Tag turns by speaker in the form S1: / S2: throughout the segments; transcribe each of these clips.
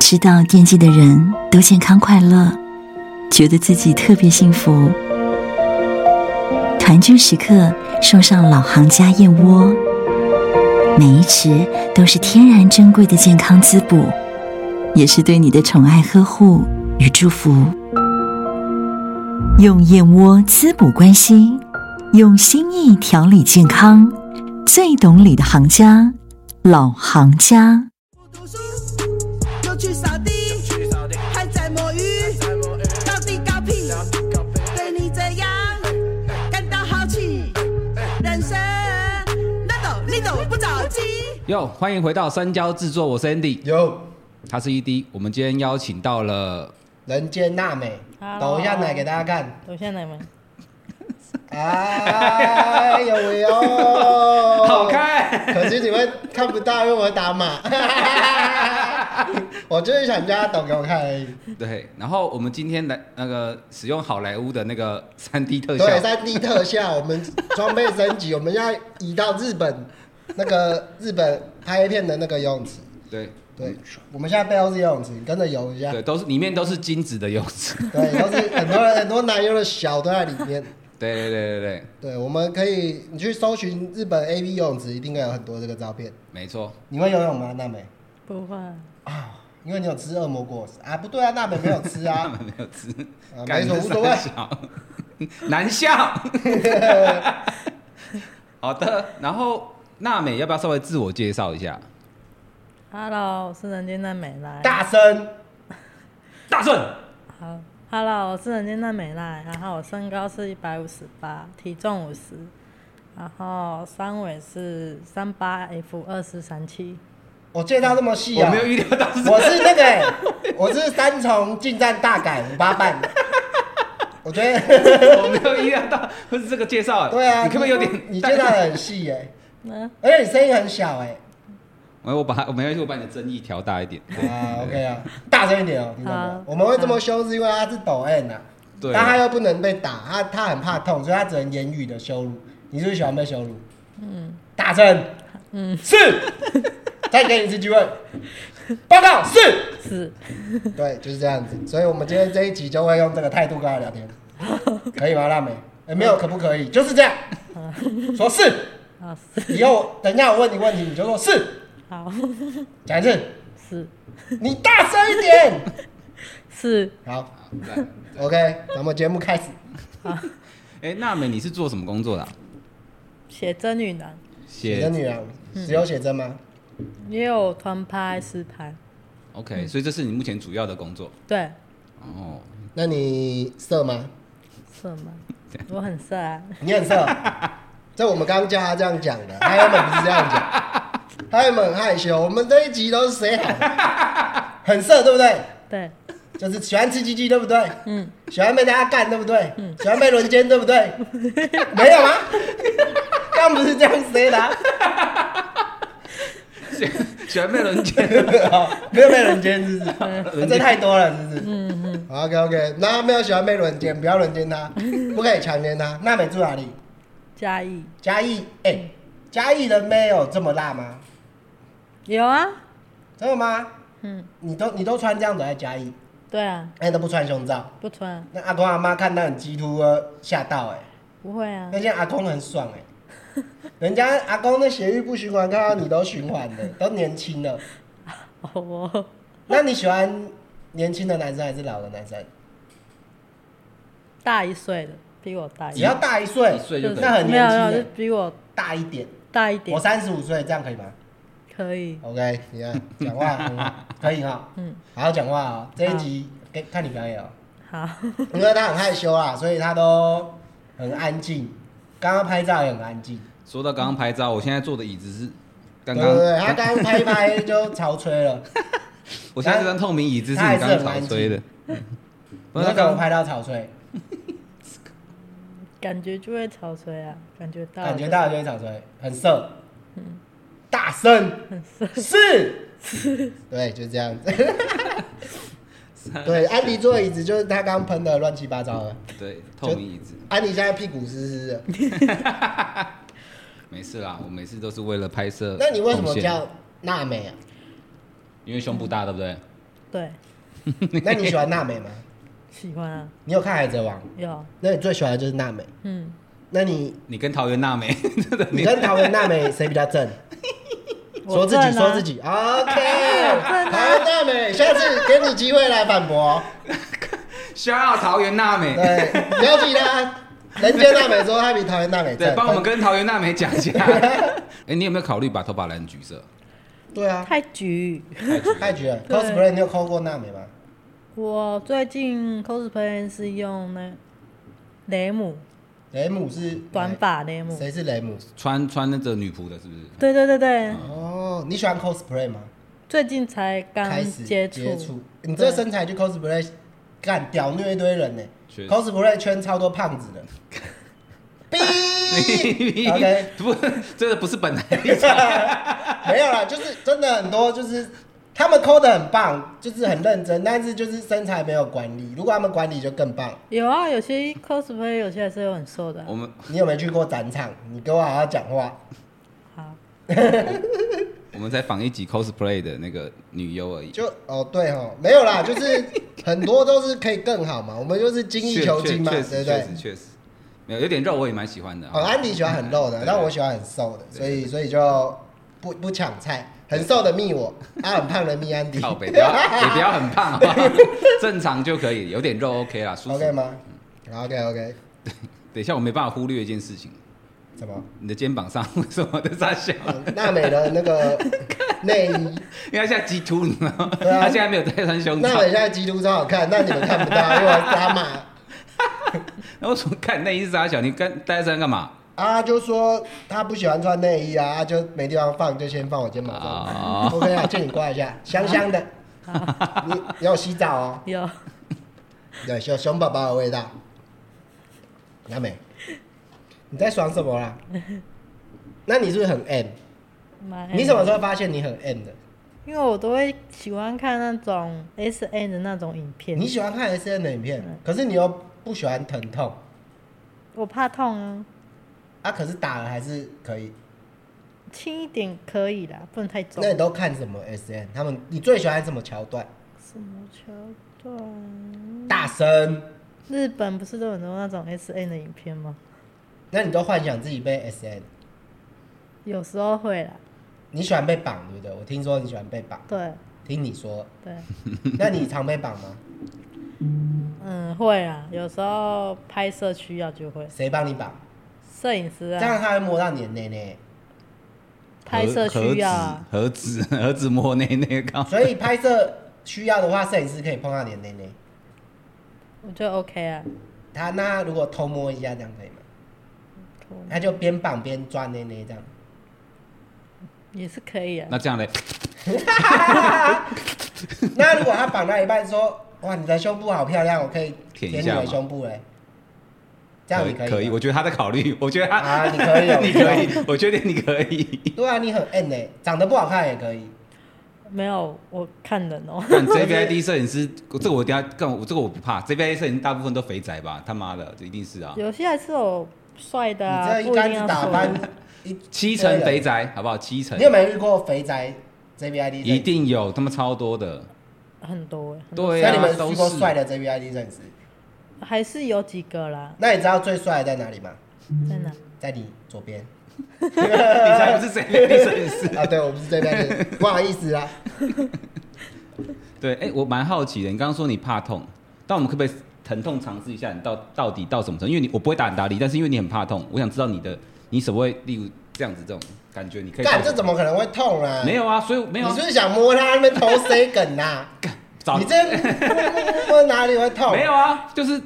S1: 知道惦记的人都健康快乐，觉得自己特别幸福。团聚时刻送上老行家燕窝，每一匙都是天然珍贵的健康滋补，也是对你的宠爱呵护与祝福。用燕窝滋补关心，用心意调理健康，最懂你的行家，老行家。
S2: 读书，又去扫地，还在摸鱼，到底搞屁？对你这样感到好奇，人生那懂你懂不着急。
S3: 哟，欢迎回到三焦制作，我是 Andy，
S4: 有
S3: 他是 ED。我们今天邀请到了，
S4: 人间娜美
S5: Hello
S4: 抖一下奶给大家看。
S5: 我现在没，
S4: 哎呦喂哦，
S3: 好！看，
S4: 可惜你们看不到，因为我打码。 我就是想叫他抖给我看而已。
S3: 对。然后我们今天来那个使用好莱坞的那个三 D 特
S4: 对，
S3: 效，
S4: 三 D 特效，我们装备升级，我们要移到日本那个日本拍片的那个游泳池。
S3: 对
S4: 对，我们现在背后是游泳池，你跟着游一下。
S3: 对，都是里面都是金子的油脂，
S4: 对，都是很多人很多男优的小都在里面。
S3: 对对对对对，
S4: 对，我们可以，你去搜寻日本 A V 游泳池，一定会有很多这个照片。
S3: 没错。
S4: 你会游泳吗，娜美？
S5: 不会，
S4: 啊，因为你有吃恶魔果实啊？不对啊，娜美没有吃
S3: 他
S4: 啊。
S3: 们没有吃，
S4: 啊
S3: 干
S4: 没什么
S3: 这
S4: 无所谓
S3: 三小 难笑。 好的，然后娜美要不要稍微自我介绍一下？
S5: Hello，我是人间的美赖。
S4: 大声，
S3: 大顺，
S4: 哎
S5: 好，Hello，我是人间的美赖。然后我身高是一百五十八，体重五十，然后三围是三八 F 二四三七。
S4: 我介绍这么细
S3: 我
S4: 啊、
S3: 没有预料到是
S4: 我是那个、欸，我是三重近战大改五八半。我觉 得，
S3: 我没有意料到会是这个介绍欸。
S4: 对啊，
S3: 你可不可以有点？
S4: 你介绍的很细耶、
S5: 嗯，
S4: 而且你声音很小哎、
S3: 我我把它，我没关系，我把你的争议调大一点。
S4: 啊，OK 啊，大声一点哦、听懂吗
S5: 好？
S4: 我们会这么凶，是因为他是抖 N 啊，
S3: 对
S4: 但他又不能被打，他他很怕痛，所以他只能言语的羞辱。你是不是喜欢被羞辱？嗯，大声，嗯，是。 再给你一次机会，报告是。
S5: 是，
S4: 对，就是这样子。所以我们今天这一集就会用这个态度跟他聊 天，可以吗？辣妹，哎、没有，可不可以？就是 这样，说是。
S5: 啊是，
S4: 以后我等一下我问你问题，你就说是，
S5: 好，
S4: 讲一次，
S5: 是
S4: 你大声一点。
S5: 是，
S4: 好
S3: 对
S4: ，OK，咱们节目开始。
S3: 哎，娜美，你是做什么工作的啊？
S5: 写真女郎，
S4: 写
S3: 写
S4: 真女郎，只有写真吗？
S5: 也有团拍、实拍，
S3: OK，所以这是你目前主要的工作。
S5: 对，
S3: 哦，
S4: 那你色吗？
S5: 色吗？我很色啊，
S4: 你很色。这我们刚刚叫他这样讲的，他原本不是这样讲，他原本很害羞。我们这一集都是谁好的？很色，对不对？
S5: 对，
S4: 就是喜欢吃鸡鸡，对不对？
S5: 嗯，
S4: 喜欢被大家干，对不对？喜欢被轮奸，对不对？没有吗？啊刚不是这样谁的啊、
S3: 喜喜欢被人见，
S4: 没有被轮奸是不是？啊这太多了是不是？嗯嗯。OK OK，那他没有喜欢被轮奸，不要轮奸他，不可以强奸他。娜美住哪里？
S5: 嘉义
S4: 嘉义，哎、嘉义的妹有这么辣吗？
S5: 有啊，
S4: 真的吗？
S5: 嗯，
S4: 你都你都穿这样走在嘉义，
S5: 对啊，
S4: 哎、都不穿胸罩，
S5: 不穿啊，
S4: 那阿公阿妈看到你鸡突呃吓到哎、
S5: 不会啊
S4: 那，些阿公很爽哎、人家阿公的血液不循环，看到你都循环了，都年轻了。
S5: 哦，
S4: 那你喜欢年轻的男生还是老的男生？
S5: 大一岁的，比我大
S4: 只
S5: 一，
S4: 要大一岁，
S3: 一岁就可以
S4: 那很
S5: 没
S4: 年
S5: 有
S4: 轻、
S5: 没有，
S4: 欸
S5: 就，比我
S4: 大一点。
S5: 大一点
S4: 我，三十五岁，这样可以吗
S5: 可以，
S4: ？OK，你看讲 话很可以哈，
S5: 嗯，
S4: 好好讲话哦。这一集给看你表演哦，
S5: 好，
S4: 因为他很害 羞啦，所以他都很安静。刚刚拍照也很安静，
S3: 说到刚刚拍照，我现在坐的椅子是
S4: 对
S3: 刚
S4: 对
S3: 刚，
S4: 对，他刚刚拍一拍就潮吹了。
S3: 我现在这张透明椅子是
S4: 他
S3: 你
S4: 还
S3: 刚
S4: 是
S3: 刚
S4: 很
S3: 草吹 的。
S4: 你怎么拍到潮吹？
S5: 感觉就会潮水啊，感觉到，
S4: 感觉到了就会潮吹，很色，大声，是，对，就这样子。对，安迪坐的椅子就是他刚喷的乱七八糟的。
S3: 对，透明椅子，
S4: 安迪现在屁股湿湿的，
S3: 没事啦，我每次都是为了拍摄。
S4: 那你为什么？叫娜美啊？
S3: 因为胸部大，对不对？
S5: 对，
S4: 那你喜欢娜美吗？
S5: 喜欢啊，
S4: 你有看《海贼王》？
S5: 有，
S4: 那你最喜欢的就是娜美。
S5: 嗯，
S4: 那你
S3: 你跟桃园娜美， 真的
S4: 你跟桃园娜美谁比较正？说自己，说自
S5: 己，
S4: 己。OK，桃园娜美，下次给你机会来反驳。哦
S3: 需要桃园娜美，
S4: 对，了解他。啊人家娜美说她比桃园娜美
S3: 对，
S4: 正。
S3: 帮我们跟桃园娜美讲 一下。哎，你有没有考虑把头发染橘色？
S4: 对啊，
S5: 太局。
S4: 太绝了。cosplay 你有 cos 过娜美吗？
S5: 我最近 cosplay 是用那雷姆
S4: 雷姆是
S5: 短，发雷姆，
S4: 谁是雷姆？
S3: 穿穿那个女仆的，是不是？
S5: 对对对对，
S4: 哦，你喜欢 cosplay 吗？
S5: 最近才刚
S4: 开始
S5: 接
S4: 接
S5: 触
S4: 触，，你这
S5: 对
S4: 身材去 cosplay，干屌虐一堆人呢、
S3: 确实
S4: cosplay 圈超多 胖子的。逼，OK，
S3: 不， 这个不是本来的
S4: 没有啦，就是真的很多，就是他们 cos 的很棒，就是很认真，但是就是身材没有管理。如果他们管理就更棒。
S5: 有啊，有些 cosplay 有些还是有很瘦的啊。
S3: 我们
S4: 你有没有去过展场？你给我好好讲话。
S5: 好，
S3: 我们才仿一集 cosplay 的那个女优而已。
S4: 就哦，对哦，没有啦，就是很多都是可以更好嘛，我们就是精益
S3: 确
S4: 求精嘛，
S3: 确
S4: 对
S3: 确实
S4: 不
S3: 确
S4: 对？
S3: 实确实，没有有点肉我也蛮喜欢的。
S4: 哦，安迪喜欢很肉的，
S3: 对
S4: 但我喜欢很瘦的，所以所以就不不抢菜。很瘦的 蜜我，啊，很胖的蜜安迪。
S3: 靠北，不要也不要很胖， 好不好正常就可以，有点肉 OK 啦，舒服。
S4: OK 吗？OK OK，
S3: 等一下我没办法忽略一件事情，
S4: 怎么？
S3: 你的肩膀上 为什么在撒笑？
S4: 嗯娜美的那个 内衣，
S3: 因为他现在鸡突，你知道吗？
S4: 对啊
S3: 他现在没有在穿胸罩
S4: 娜美，现在基督超好看，但你们看不到，因为我打码
S3: 然后我说看内衣是撒小，你干待在身上干嘛？
S4: 啊，就说她不喜欢穿内衣啊，啊就没地方放，就先放我肩膀上
S3: 哦。
S4: OK 啊，借你挂一下，香香的。你你有洗澡哦，
S5: 有，
S4: 对，有熊宝宝的味道。娜美，你在爽什么啦？那你是不是很 M？
S5: 蛮
S4: 你什么时候发现你很 M 的？
S5: 因为我都会喜欢看那种 S N 的那种影片
S4: 你，喜欢看 S N 的影片，可是你又不喜欢疼痛
S5: 我怕痛啊，
S4: 啊，可是打了还是可以。
S5: 轻一点可以啦，不能太重
S4: 那。你都看什么 S N？他们你最喜欢什么桥段？
S5: 什么桥段？
S4: 大声？
S5: 日本不是都有很多那种 S N 的影片吗？
S4: 那你都幻想自己被 S N？
S5: 有时候会啦，
S4: 你喜欢被绑对不对？我听说你喜欢被绑，
S5: 对
S4: 听 你说，
S5: 对，
S4: 那你常被绑吗？
S5: 嗯，会啦，有时候拍摄需要就会，
S4: 谁帮你绑？
S5: 摄影师
S4: 这
S5: 啊，
S4: 样他会摸到你的内内，
S5: 拍摄
S3: 何
S5: 需要啊，
S3: 何止何止何止摸内内个？
S4: 所以拍摄需要的话，摄影师可以碰到你的内内。
S5: 我觉得 OK 啊，
S4: 他那他如果偷摸一下，这样可以吗？
S5: 偷
S4: 他就边绑边抓内内这样。
S5: 也是可以啊。
S3: 那这样嘞，
S4: 那如果他绑到一半说：“哇，你的胸部好漂亮，我可以
S3: 舔
S4: 舔
S3: 一
S4: 你
S3: 下
S4: 的
S3: 嘛
S4: 胸部嘞。”这样你
S3: 可
S4: 以
S3: 可以，
S4: 吗
S3: 我觉得他在考虑，我觉得他
S4: 啊你可以哦
S3: 你可以，我觉得你可以。
S4: 对啊，你很 N 呢、长得不好看也可以。
S5: 没有，我看人哦、
S3: 但 JVID 摄影师，这个我等一下干，我这个我不怕。JVID 摄影师大部分都肥宅吧？他妈的，这一定是啊，
S5: 有些还是有帅的
S4: 你
S5: 啊，
S4: 这
S5: 不
S4: 一
S5: 一定
S4: 竿子
S5: 要
S4: 打
S5: 瘦
S4: 翻
S5: 的。
S4: 一
S3: 七成肥
S4: 堆人。
S3: 宅，好不好？七成
S4: 你有没有遇过肥宅 JVID？
S3: 一定有，他妈超多的。
S5: 很多哎、很多
S3: 对
S4: 那你
S3: 啊
S4: 们，
S3: 都
S4: 遇过帅
S3: 是。
S4: 的 JVID 认识？
S5: 还是有几个啦，
S4: 那你知道最帅的在哪里吗？
S5: 在哪？
S4: 在你左 边。
S3: 你才不是 JVID 摄影师。
S4: 啊，对，我不是 JVID，不好意思啊。
S3: 对，哎，我蛮好奇的，你刚刚说你怕痛，但我们可不可以疼痛尝试一下？你到到底到什么程度？因为你我不会打你打理，但是因为你很怕痛，我想知道你的你什么会，例如这样子这种感觉，你可以
S4: 干，
S3: 到
S4: 这怎么可能会痛啊？
S3: 没有啊？所以没有
S4: 你
S3: 啊
S4: 是不是想摸他那 边头塞梗呐、
S3: 找
S4: 你这摸摸摸哪里会痛？
S3: 没有啊？就是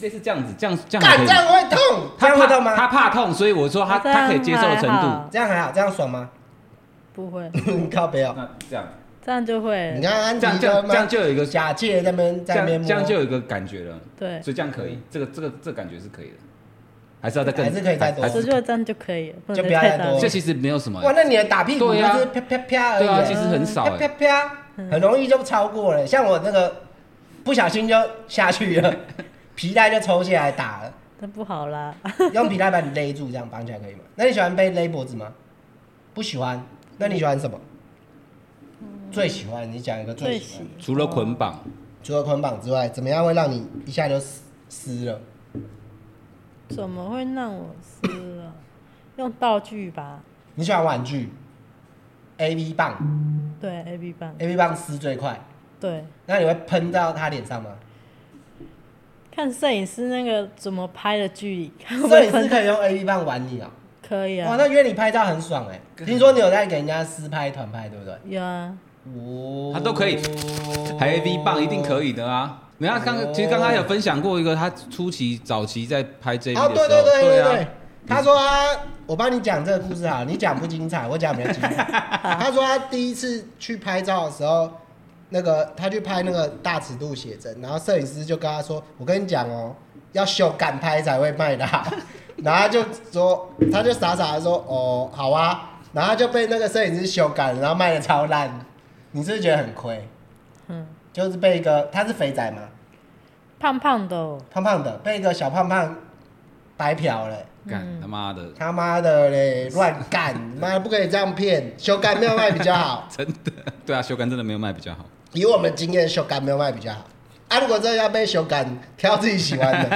S3: 类似这样子，这样这样还可
S4: 干
S3: 以
S4: 这
S3: 吗
S4: 样会痛，这
S3: 他
S4: 样会
S3: 怕
S4: 痛吗？
S3: 他怕痛，所以我说他
S5: 这样
S3: 他可以接受的程
S5: 还
S3: 度。
S5: 好
S4: 这样还好，这样爽吗？
S5: 不会，
S4: 你靠北哦。
S3: 那这样
S5: 这样就会
S4: 你
S5: 了。
S4: 看安
S3: 嗯这样
S4: 迪
S3: 这样
S4: 他
S3: 这样
S4: 妈
S3: 就有一个
S4: 假借在那边
S3: 这
S4: 在那边
S3: 样
S4: 摸，
S3: 这样就有一个感觉了，
S5: 对，
S3: 所以这样可以，这个这个这个感觉是可以的，还是要再更
S4: 还是可以再多
S3: 还
S5: 我
S3: 是
S5: 觉得这样就可以了，不
S4: 就
S5: 能
S4: 不要
S5: 太
S4: 太
S5: 大
S4: 多
S5: 力
S3: 这。其实没有什么
S4: 哇，，那你的打屁股
S3: 对
S4: 就
S3: 啊
S4: 是啪啪啪而已
S3: 对啊，
S4: 耶，
S3: 其实很少
S4: 啪啪
S3: 哎，
S4: 啪，很容易就超过了。像我那个不小心就下去了， 皮带就抽下来打了，
S5: 那不好啦，
S4: 用皮带把你勒住，这样绑起来可以吗？那你喜欢被勒脖子吗？不喜欢。那你喜欢什么？最喜欢，你讲一个最
S5: 最
S4: 喜
S5: 喜
S4: 欢。
S3: 除了捆绑，
S4: 除了捆绑之外，怎么样会让你一下就撕撕了？
S5: 怎么会让我撕了？用道具吧，
S4: 你喜欢玩具？A B 棒
S5: 对，A B 棒，
S4: ，A B 棒撕最快。
S5: 对，
S4: 那你会喷到他脸上 吗？
S5: 看摄影师那个怎么拍的距离，看会不
S4: 摄影
S5: 会
S4: 师
S5: 分
S4: 可以用 A B 棒玩你啊、
S5: 可以啊
S4: 哇，，那约你拍照很爽哎、听说你有在给人家私拍团拍，对不对？
S5: 有啊，
S4: 哦，
S3: 他都可以还 A V 棒一定可以的啊！人家
S4: 哦
S3: 刚其实刚刚有分享过一个，他初期早期在拍 J V
S4: 哦，
S3: 的时
S4: 对
S3: 候，
S4: 对对对
S3: 啊
S4: 对，他说他，我帮你讲这个故事啊，你讲不精彩，我讲比较精彩。 他说他第一次去拍照的时候，那个他去拍那个大尺度写真，然后摄影师就跟他说：“我跟你讲哦，要修赶拍才会卖的好。” 然后他就说，他就傻傻的说：“哦，好啊。”然后他就被那个摄影师修改，然后卖的超烂。你是不是觉得很亏？
S5: 嗯，
S4: 就是被一个他是肥仔嘛，
S5: 胖胖的哦，
S4: 胖胖的，被一个小胖胖白嫖了欸、
S3: 干他妈的，
S4: 他妈的嘞，乱干， 妈不可以这样骗，修改没有卖比较好。
S3: 真的， 对啊，修干真的没有卖比较好。
S4: 以我们的经验，修改没有卖比较好。啊，如果真的要被修改，挑自己喜 欢的，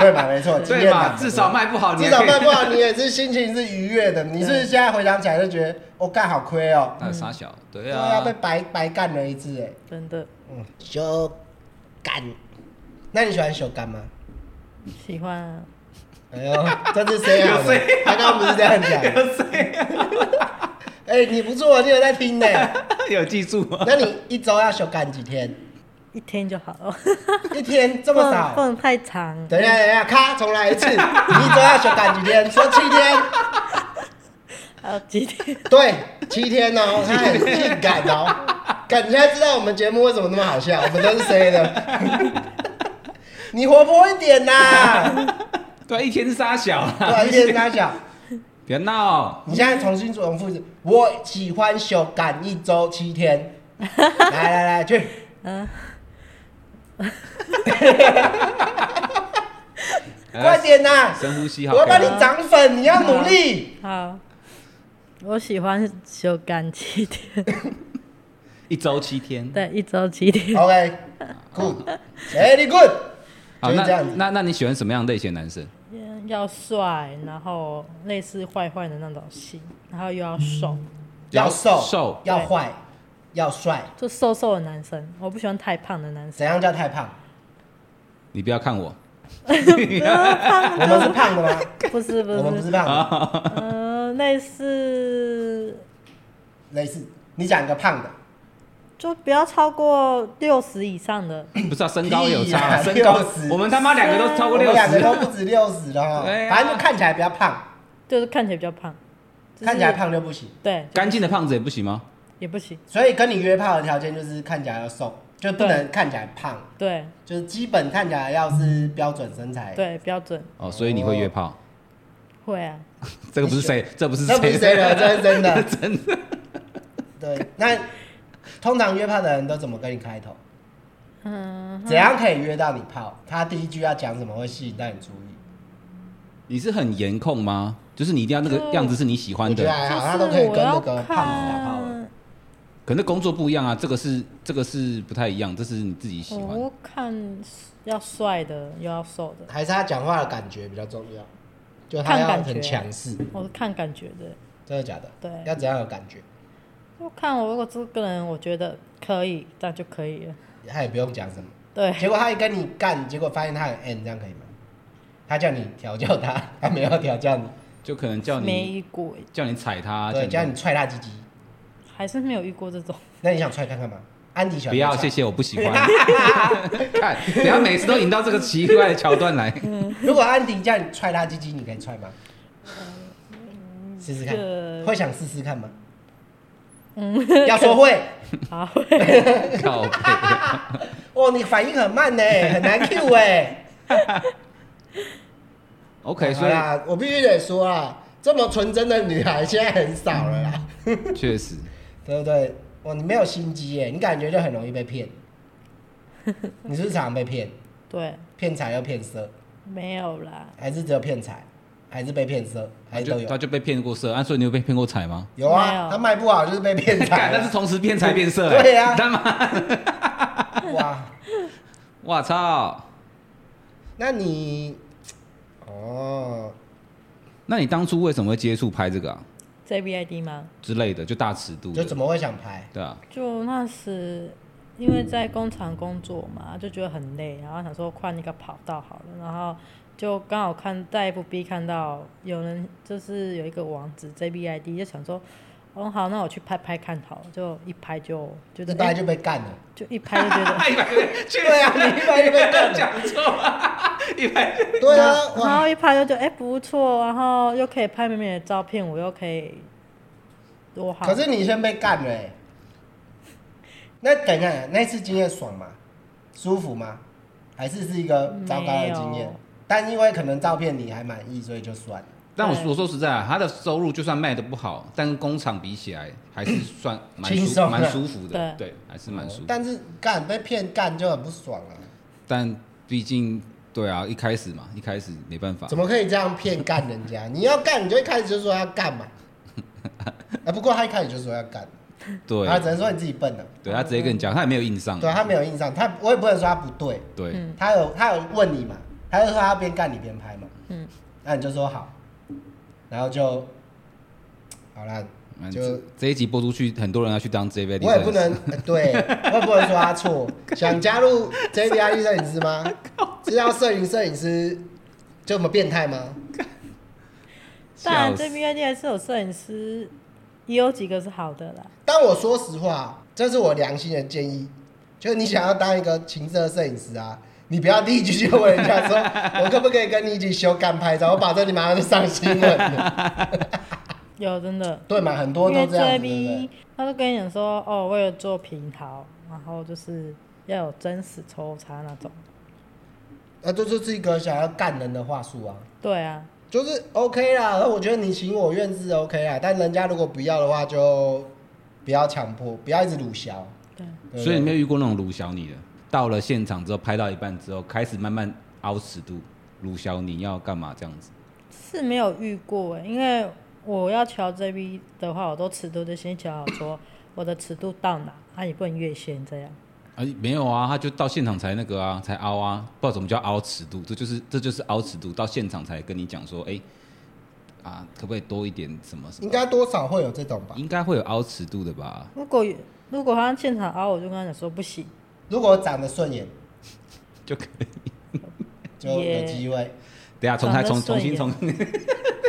S4: 对吧？没错，经
S3: 对
S4: 验
S3: 嘛，
S4: 嘛，
S3: 至少卖不好，你还
S4: 至少
S3: 可以嗯
S4: 卖不好，你也是心情是愉悦的。你是不是现在回想起来就觉得，我、干好亏哦、
S3: 啊，傻小，对
S4: 对啊，
S3: 啊
S4: 被，白白干了一次哎。
S5: 真的
S4: 嗯，修改，那你喜欢修 改吗？
S5: 喜欢啊，
S4: 哎呦，这是 谁啊？ 他刚刚不是这样讲？
S3: 啊
S4: 哎、你不错，你有在听呢、
S3: 有记住吗？
S4: 那你一周要休干几天？
S5: 一天就好了，
S4: 一天这
S5: 不
S4: 么
S5: 能不
S4: 少？
S5: 能太长，
S4: 等一下，等一下，咔，重来一次。你一周要休干几天？说七天，
S5: 还有几天，
S4: 对，七天哦，他很性感哦。感觉才知道我们节目为什么那么好笑，我们都是谁的？你活泼一点呐，
S3: 对啊，一天傻小啊，
S4: 对吧？一天他讲，
S3: 别闹，
S4: 你现在重新重复一次，我喜欢休干一周七天。来来来，去，快点呐！
S3: 哎深呼吸，好
S4: 我要
S3: 看
S4: 帮你涨粉，你要努力。
S5: 好，我喜欢休干七天，
S3: 一周七天。
S5: 对，一周七天，
S4: OK，Good，Very good，
S3: 好，
S4: 就是
S3: 那
S4: 这样子。
S3: 那那你喜欢什么样类型的男生？
S5: 要帅，然后类似坏坏的那种型，然后又要瘦，
S4: 要瘦，
S3: 瘦
S4: 要坏，要帅。
S5: 就瘦瘦的男生，我不喜欢太胖的男生，
S4: 怎样叫 太胖？
S3: 你不要看 我，
S4: 我们是胖的 吗？
S5: 不是不
S4: 我们不是
S5: 是，
S4: 胖
S3: 啊
S4: 的，
S5: 呃，类似
S4: 类似。你讲一个胖的，
S5: 就不要超过六十以上的，
S3: 不是啊，身高有
S4: 屁
S3: 差，
S4: 啊
S3: 身高
S4: 60，
S3: 我们他妈两个都超
S4: 我
S3: 过
S4: 们
S3: 六
S4: 两个
S3: 十，
S4: 都不止六十了哈
S3: 对，啊
S4: 反正就看起来比较胖，
S5: 就是看起来比较胖，就是
S4: 看起来，胖就不行。
S5: 对，
S3: 干净的胖子也不行吗？
S5: 也不行，
S4: 所以跟你约炮的条件就是看起来要瘦，就不能看起来胖，
S5: 对
S4: 就是基本看起来要是标准身材。，
S5: 对，标准
S3: 哦，所以你会约炮？
S5: 会啊，
S3: 这个不是谁，这不是
S4: 这不是
S3: 谁，
S4: 谁 的，这是真的。
S3: 真的
S4: 对，那通常约炮的人都怎么跟你开头？
S5: 嗯，
S4: 怎样可以约到你泡？他第一句要讲什么会吸引到你注意？
S3: 你是很颜控吗？就是你一定要那个
S5: 就
S3: 样子是你喜欢
S4: 我觉得
S3: 的，
S4: 还好，他
S5: 就
S4: 都可
S5: 是
S4: 以
S5: 我
S4: 跟那
S5: 要
S4: 个胖子打炮了。
S5: 看，
S3: 可能工作不一样啊，这个是这个是不太一样，这是你自己喜欢
S4: 哦
S3: 的。
S5: 我看要帅的又要瘦的，
S4: 还是他讲话的感觉比较重要，就他
S5: 看
S4: 要
S5: 感觉
S4: 很强势，
S5: 我是看感觉的，
S4: 真的假的？
S5: 对
S4: 要怎样有感觉？
S5: 就看我如果这个人我觉得可以，那就可以了，
S4: 他也不用讲什么，
S5: 对，
S4: 结果他一跟你干，结果发现他很 N，这样可以吗？他叫你调教他，他没有调教你，
S3: 就可能叫
S5: 没
S3: 你
S5: 遇过，
S3: 叫你踩他，
S4: 对，叫
S3: 叫
S4: 你踹他鸡鸡，
S5: 还是没有遇过这种，
S4: 那你想踹看看吗？安迪喜欢
S3: 不要，
S4: 踹
S3: 谢。谢，我不喜欢。 看，不要每次都引到这个奇怪的桥段 来。
S4: 如果安迪叫你踹他鸡鸡，你可以踹吗？试试看
S5: 嗯这，个
S4: 会想试试看吗？嗯， 要说会。
S5: 好，
S3: 靠背，
S4: 哦，你反应很慢 呢，很难 Q 哎。
S3: OK，
S4: 好
S3: 所以
S4: 啦，我必须得说啊，这么纯真的女孩现在很少了啦，
S5: 嗯
S3: 确实，
S4: 对不对？哇，你没有心机哎，你感觉就很容易被 骗。你是不是常常被骗？
S5: 对，
S4: 骗财又骗色，
S5: 没有啦，
S4: 还是只有骗财？还是被骗色，还是都
S3: 就他
S4: 有。
S3: 就被骗过色，啊，所以你有被骗过财 吗？
S4: 有
S5: 没有
S4: 啊，他卖不好就是被骗
S3: 干
S4: 财欸
S3: 但是
S4: 啊。
S3: 同时骗财骗色、
S4: 对呀
S3: 他 妈，
S4: 哇，
S3: 我操！
S4: 那你哦，
S3: 那你当初为什么会接触拍这个啊
S5: JBID 吗？
S3: 之类的，就大尺度的？
S4: 就怎么会想拍？
S3: 对 啊，
S5: 就那时因为在工厂工作嘛，就觉得很累，然后想说换一个跑道好了，然后就刚好看在 FB 看到有人就是有一个网址 JBID，就想说。哦，好，那我去拍拍看好了，就一拍就觉
S4: 一
S5: 得，
S4: 拍
S5: 哎
S4: 就哎被干了。
S5: 就一拍就 觉得，
S3: 一百个，确
S4: 对啊， 你一拍就被干了。
S3: 哎讲错了，一百
S4: 对
S5: 然
S4: 啊，
S5: 后然后
S4: 哇，
S5: 一拍就觉得哎、不错，然后又可以拍美美的照片，我又可以多好。
S4: 可是你先被干了欸。那等一下，那次经验爽吗？舒服吗？还是是一个糟糕的经
S5: 没
S4: 验
S5: 有？
S4: 但因为可能照片你还满意，所以就算了。
S3: 但我
S5: 对
S3: 我说实在啊，他的收入就算卖的不好，但跟工厂比起来，还 是算蛮
S4: 轻
S3: 舒
S4: 松
S3: 蛮
S4: 的
S3: 舒服的，
S5: 对
S3: 对，还是蛮舒服。但
S4: 但是干被骗干就很不爽啊！
S3: 但毕竟，对啊，一开始嘛，一开始没办法
S4: 怎。么可以这样骗干人 家？你要干，你就一开始就说要干嘛？啊，不过他一开始就说要干，啊
S3: 对，
S4: 他只能说你自己笨了。
S3: 对他直接跟你讲，他也没有硬上。啊
S4: 对啊他没有印象，他我也不能说他不对，
S3: 对，
S4: 他有他有问你嘛，他就说他要边干你边拍嘛，嗯，那你就说好，然后就好啦
S3: 嗯，
S4: 就
S3: 这这一集播出去，很多人要去当 JV。
S4: 我也不能，呃对，我也不能说他错。想加入 JBI 摄影师吗？知道摄影摄影师这么变态吗？
S5: 当
S3: 笑
S5: 然
S3: 死
S5: JBID 还是有摄影师，也有几个是好的啦。
S4: 但我说实话，这是我良心的建议，就是你想要当一个情色摄影师啊，你不要第一句就问人家 说，我可不可以跟你一起修干拍照？我保证你马上就上新闻 了。
S5: 有真的，
S4: 对嘛，很多
S5: 因
S4: 都
S5: 为
S4: 这样子，对不
S5: JB
S4: 对？
S5: 他都跟你讲说，哦，为了做平桃，然后就是要有真实抽查那种。
S4: 啊，这就是一个想要干人的话术啊，
S5: 对啊，
S4: 就是 OK 啦。那我觉得你情我愿是 OK 啦，但人家如果不要的话，就不要强迫，不要一直鲁削。
S5: 对，
S4: 对不对
S3: 所以你没有遇过那种鲁小你的，到了现场之后拍到一半之后，开始慢慢凹尺度，鲁小你要干嘛这样子？
S5: 是没有遇过欸因为我要调 JB 的话，我都尺度就先调好说我的尺度到哪，啊，也不能越线这样。
S3: 啊，没有啊，他就到现场才那个啊，才凹啊，不知道怎么叫凹尺度，这就是这就是凹尺度，到现场才跟你讲说，哎、啊，可不可以多一点什么什么？
S4: 应该多少会有这种吧。
S3: 应该会有凹尺度的吧？
S5: 如果有如果他现场啊凹，我就跟他讲说不行，
S4: 如果长得顺眼，
S3: 就可以。
S4: 就有
S5: 也
S4: 机会。
S3: 等一下重
S5: 长
S3: 来，
S5: 得
S3: 重重
S5: 顺
S3: 新
S5: 眼
S3: 重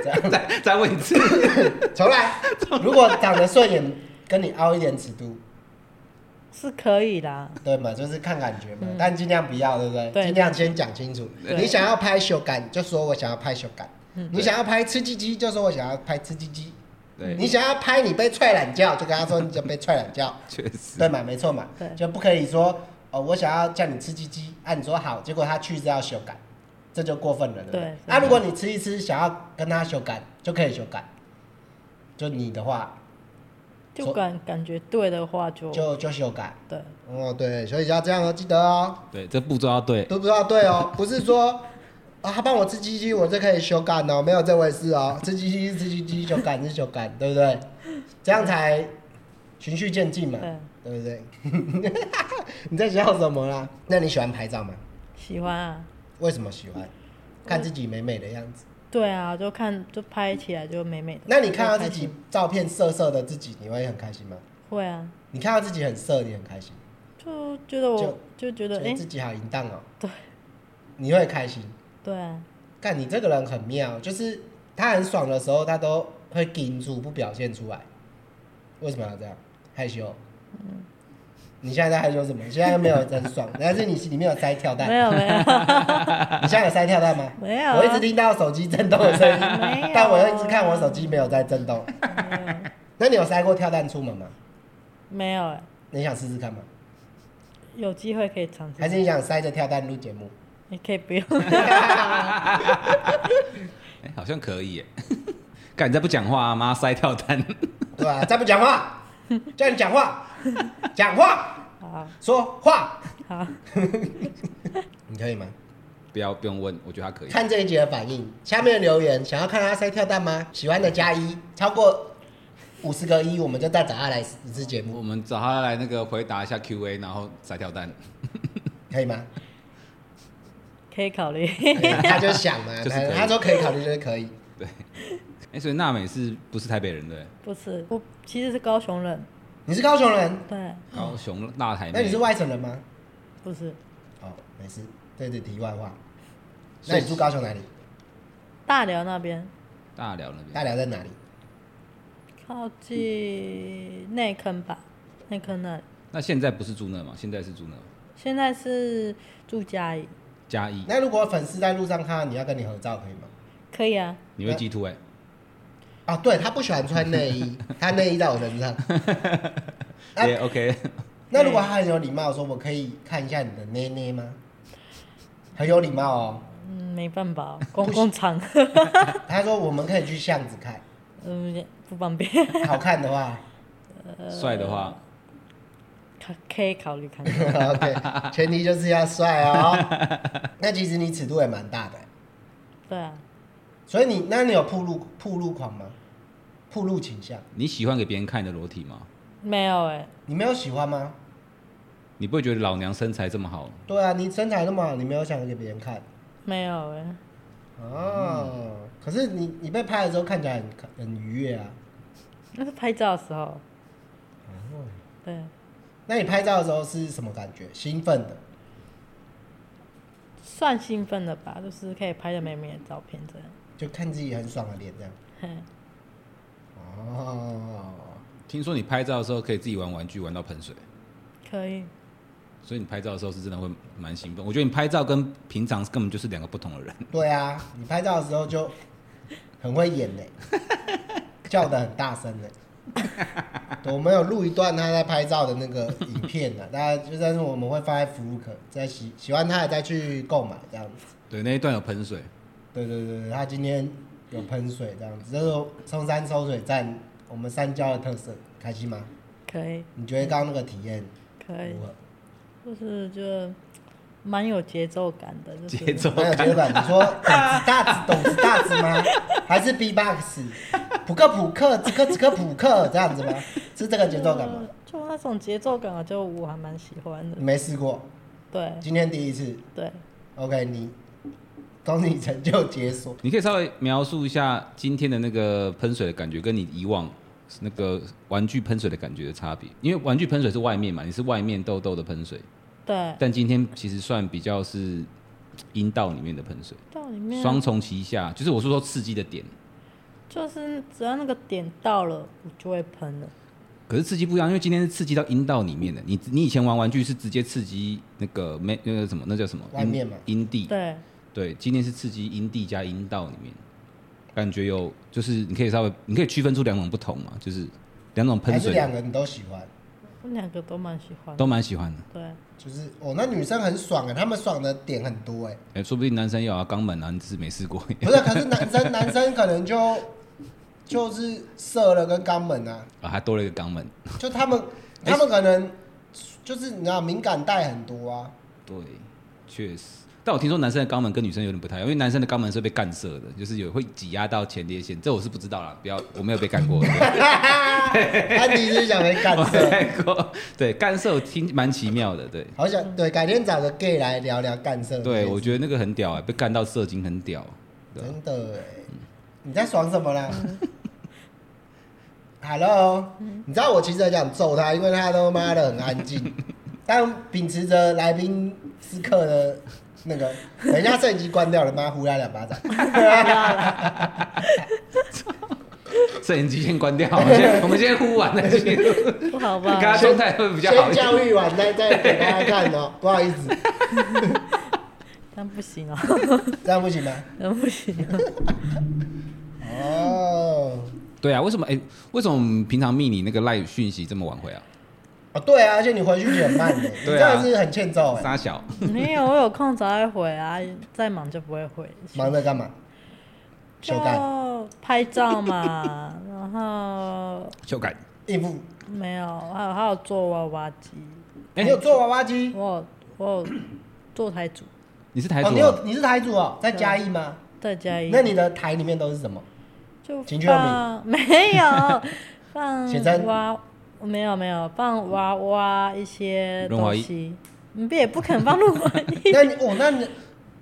S4: 这样
S3: 再再问一次。
S4: 重 来。如果长得顺眼，跟你凹一点尺度，
S5: 是可以啦。
S4: 对嘛，就是看感觉嘛，但尽量不要，对不对？
S5: 嗯对
S4: 尽量先讲清楚。
S5: 对嗯
S4: 你想要拍修感，就说我想要拍修感；你想要拍吃鸡鸡，就说我想要拍吃鸡鸡；
S3: 对，
S4: 你想要拍你被踹懒觉，就跟他说你想被踹懒觉，
S3: 确实
S4: 对嘛？没错嘛
S5: 对，
S4: 就不可以说哦，我想要叫你吃鸡鸡，啊，你说好，结果他去是要修感，这就过分了，对不对
S5: 对？
S4: 那、如果你吃一吃，想要跟他修感，就可以修感。就你的话，
S5: 就
S4: 说
S5: 感感觉对的话就
S4: 就就修改。
S5: 对，
S4: 哦，对，所以要这样哦，记得哦，
S3: 对，这步骤要对。
S4: 都不知道对哦，不是说啊，他帮我吃鸡鸡，我就可以修改哦，没有这回事哦，吃鸡鸡是吃鸡鸡，修改是修改，对不对？这样才循序渐进嘛，对不对？ 你在笑什么啦？那你喜欢拍照吗？
S5: 喜欢啊，
S4: 为什么喜欢？看自己美美的样子。
S5: 对啊，就看就拍起来就美美的。
S4: 那你看到
S5: 就开
S4: 自
S5: 心
S4: 己照片色色的自己，你会很开心吗？
S5: 会啊，
S4: 你看到自己很色，你很开心，
S5: 就觉得我就觉得
S4: 觉
S5: 哎、
S4: 得自己好淫荡哦，
S5: 对
S4: 你会开心。
S5: 对啊，
S4: 干你这个人很妙，就是他很爽的时候，他都会顶住不表现出来。为什么要这样？害羞。你现在在害羞什么？你现在又没有很 爽，还是你心里面有塞跳蛋？
S5: 没有 没有，
S4: 你现在有塞跳蛋吗？
S5: 没有啊
S4: 我一直听到手机震动的声音
S5: 没有，
S4: 但我又一直看我手机没有在震动。那你有塞过跳蛋出门吗？
S5: 没有哎、
S4: 你想试试看吗？
S5: 嗯有机会可以尝
S4: 还
S5: 试，
S4: 是你想塞着跳蛋录节目？
S5: 你可以不用。
S3: 哎、好像可以耶。 干，你再不讲话、啊，妈塞跳蛋。
S4: 对吧、再不讲话，叫你讲话，讲话，
S5: 好
S4: 说话，
S5: 好，
S4: 你可以吗？
S3: 不要不用问，我觉得他可以。
S4: 看这一集的反应，下面的留言想要看他塞跳蛋吗？喜欢的加一，超过五十个一，我们就再找他来一次节目，
S3: 我们找他来那个回答一下 Q&A，然后甩跳蛋，
S4: 可以吗？
S5: 可以考虑。
S4: 他就想嘛，
S3: 就是
S4: 他
S3: 可以
S4: 他说可以考虑就是可以。
S3: 对。哎、所以娜美是不是台北人对？
S5: 不是，我其实是高雄人，
S4: 你是高雄人，
S5: 对，
S3: 高雄大台妹。
S4: 嗯那你是外省人吗？
S5: 不是
S4: 哦，没事，这是题外话。
S3: 所
S4: 那
S3: 以
S4: 你住高雄哪里？
S5: 大寮那边，
S3: 大寮那边？
S4: 大寮在哪里？
S5: 靠近内坑吧，内坑那里。
S3: 那现在不是住那吗？现在是住那
S5: 现在是住嘉义，
S3: 嘉义，
S4: 那如果粉丝在路上看到你要跟你合照，可以吗？
S5: 可以啊，
S3: 你会鸡突哎？
S4: 啊，对他不喜欢穿 内衣，他内衣在我身上。啊
S3: 也 OK，
S4: 那如果他很有礼貌，说我可以看一下你的内内吗？很有礼貌哦。
S5: 嗯，没办 法哦，公共场，
S4: 他说我们可以去巷子看，
S5: 嗯，不方便，
S4: 好看的话
S3: 帅的话，
S5: 可可以考虑看 看。
S4: ，OK，前提就是要帅哦。那其实你尺度也蛮大的，
S5: 对啊，
S4: 所以你那你有铺路铺路狂吗？铺路倾向，
S3: 你喜欢给别人看你的裸体吗？
S5: 没有哎、
S4: 你没有喜欢吗？
S3: 你不会觉得老娘身材这么好，
S4: 对啊，你身材那么好，你没有想给别人看
S5: 没有哎、
S4: 哦。可是你你被拍的时候看起来很很愉悦啊。
S5: 那是拍照的时候。
S3: 哦
S5: 对，
S4: 那你拍照的时候是什么感觉？兴奋的？
S5: 算兴奋的吧，就是可以拍的美美的照片这样。
S4: 就看自己很爽的脸这样。
S5: 嘿
S4: 哦，
S3: 听说你拍照的时候可以自己玩玩具玩到喷水，
S5: 可以，
S3: 所以你拍照的时候是真的会蛮兴奋。我觉得你拍照跟平常根本就是两个不同的人。
S4: 对啊，你拍照的时候就很会演呢、叫的很大声呢、对我们有录一段他在拍照的那个影片呢、大家就但是我们会放在服务可，在喜喜欢他的再去购买这样子。
S3: 对，那一段有喷 水，
S4: 对对对，对他今天有喷水这样子，这是冲山抽水站我们三交的特色，开心吗？
S5: 可以，
S4: 你觉得刚刚那个体验
S5: 可以
S4: 如，何？
S5: 就是就蛮有节奏感的，就是
S3: 节奏
S4: 蛮有节奏感。你说懂子大子懂子大子吗？还是 B-box 扑克扑克此刻此刻扑克这样子吗？是这个节奏感吗？
S5: 就那种节奏感，就我还蛮喜欢的
S3: 嗯
S4: 你。没试过，
S5: 对
S4: 今天第一次。
S5: 对，
S4: OK，你恭喜成就解锁。
S3: 你可以稍微描述一下今天的那个喷水的感觉，跟你以往那个玩具喷水的感觉的差别。因为玩具喷水是外面嘛，你是外面痘痘的喷水，
S5: 对，
S3: 但今天其实算比较是阴道里面的喷水，
S5: 到里面
S3: 双重旗下，就是我是说刺激的点。
S5: 就是只要那个点到了，我就会喷了。
S3: 可是刺激不一样，因为今天是刺激到阴道里面的。你你以前玩玩具是直接刺激那个没那个什么，那叫什么？
S4: 外面嘛
S3: 阴阴蒂。
S5: 对，
S3: 对，今天是刺激阴蒂加阴道里面，感觉有就是你可以稍微你可以区分出两种不同嘛，就是两种
S4: 还
S3: 喷
S4: 是
S3: 水
S4: 两个你都喜欢，
S5: 我两个都蛮喜欢的。
S3: 都蛮喜欢的。
S5: 对，
S4: 就是哦，那女生很爽啊，她们爽的点很多哎、
S3: 哎、说不定男生有啊肛门啊，你只是没试过。
S4: 不是，啊可是男生男生可能就 就是射了跟肛门啊，
S3: 啊，还多了一个肛门。
S4: 就他们他们可能就是你知道敏感带很多啊。
S3: 对，确实。但我听说男生的肛门跟女生有点不太一样，因为男生的肛门是被干射的，就是有会挤压到前列腺，这我是不知道啦，不要，我没有被干过。 对
S4: 安迪是想被干
S3: 我
S4: 涉，
S3: 看过，对干涉我听蛮奇妙的，对
S4: 好想对，改天找个 gay 来聊聊干涉。
S3: 对，我觉得那个很屌哎、被干到射精很屌。
S4: 得真的哎，你在爽什么啦？Hello，你知道我其实很想揍他，因为他都妈的很安静，但秉持着来宾私客的那个，等一下摄影机关掉了，妈呼他两巴掌。
S3: 摄影机先关掉，我们先我们先呼完再去录，
S5: 不好 吧
S3: 看？他 状态会比较好
S4: 先
S3: 一点。
S4: 教育完再再给大家看哦，不好意思，
S5: 但不行 啊，
S4: 这样不行吗？
S5: 那不行啊。
S4: 哦。
S3: 对啊，为什么？哎、为什么我们平常密你那个赖讯息这么晚回啊？
S4: 哦，对啊，而且你回去也很慢 的，你真
S3: 对啊
S4: 的是很欠揍哎。
S3: 傻小，
S5: 没有，我有空早再回啊，再忙就不会回。
S4: 忙着干嘛？
S5: 就
S4: 修改
S5: 拍照嘛，然后
S3: 修改。
S4: 应付。
S5: 没有，还有还有做娃娃机，
S3: 哎、
S4: 你有做娃娃机？
S5: 我有我有做台主，
S3: 你是台主、啊
S4: 哦，你有你是台主哦，在嘉义吗？
S5: 在家里，
S4: 那你的台里面都是什么？
S5: 就
S4: 请去
S5: 放没 有放
S4: 写真
S5: 娃，没有没有放娃娃一些
S3: 润滑
S5: 东
S3: 液
S5: 西，你也不肯放润滑液
S4: 那你哦，那你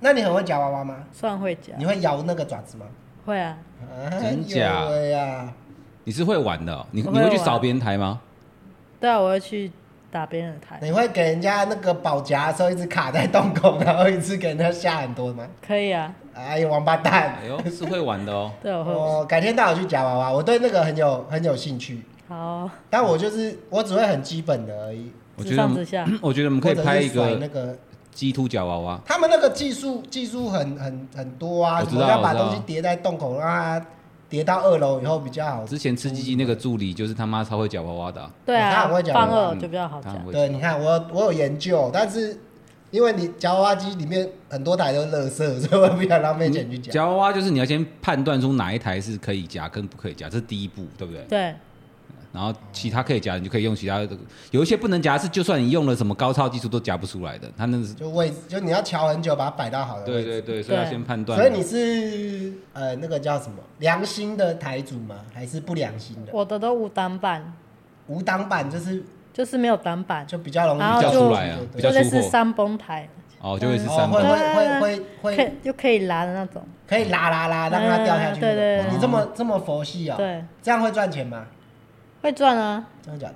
S4: 那你很会夹娃娃吗？
S5: 算会讲
S4: 你，会摇那个爪子吗？
S5: 会啊，
S3: 真假
S4: 对呀，
S3: 你是会玩的哦、你
S5: 我
S3: 你
S5: 会
S3: 会去
S5: 玩
S3: 扫别人台吗？
S5: 对啊，我会去打别人的台，
S4: 你会给人家那个保夹的时候一直卡在洞口，然后一次给人家下很多吗？
S5: 可以啊，
S4: 哎呦，王八蛋！
S3: 哎呦，是会玩的哦、
S5: 对啊我会，
S4: 我改天带我去夹娃娃，我对那个很有很有兴趣，
S5: 好，
S4: 但我就是我只会很基本的而已。
S3: 我觉
S5: 直
S3: 得我
S5: 上
S3: 们
S5: 直下，
S3: 我觉得我们可以
S4: 或者是
S3: 拍一
S4: 甩那
S3: 个
S4: 个，
S3: 鸡突脚娃娃，
S4: 他们那个技术技术很很很多啊，
S3: 我
S4: 什
S3: 知道
S4: 么要把
S3: 我知道
S4: 东西叠在洞口，让它叠到二楼以后比较好。
S3: 之前吃鸡鸡那个助理就是他妈超会脚娃娃的啊、
S5: 对
S4: 他
S5: 啊
S4: 很会，讲
S5: 放
S4: 话
S5: 二
S3: 嗯
S5: 就比较好
S3: 他
S5: 讲
S3: 很，会
S4: 对，你看我有我有研究，但是因为你夹娃娃机里面很多台都是垃圾， 所以我不想浪费钱去夹。
S3: 夹娃娃就是你要先判断出哪一台是可以夹跟不可以夹，这是第一步，对不对？
S5: 对，
S3: 然后其他可以夹，你就可以用其他的。有一些不能夹是，就算你用了什么高超技术都夹不出来的，它那是
S4: 就位置，就你要瞧很久，把它摆到好的
S3: 嗯
S4: 位
S3: 对
S4: 置。
S3: 对对，所以要先判断。
S4: 所以你是呃那个叫什么良心的台主吗？还是不良心的？
S5: 我的都无挡板，
S4: 无挡板就是
S5: 就是没有挡板，
S4: 就比较容易
S5: 然后
S4: 叫
S5: 就
S4: 出
S3: 比
S4: 对
S5: 就
S3: 较
S5: 类
S3: 出
S5: 似
S3: 货
S5: 三崩台，
S3: 哦，就会是
S4: 哦
S3: 三
S4: 会
S3: 个。
S4: 会会
S5: 可
S4: 会
S5: 以
S4: 会
S5: 又可以拉的那种，
S4: 可以拉拉拉，让它掉下去那种。
S5: 嗯对对
S4: 哦
S5: 对
S4: 你这么这么佛系哦，
S5: 对，
S4: 这样会赚钱吗？
S5: 会转啊，
S4: 真的假的？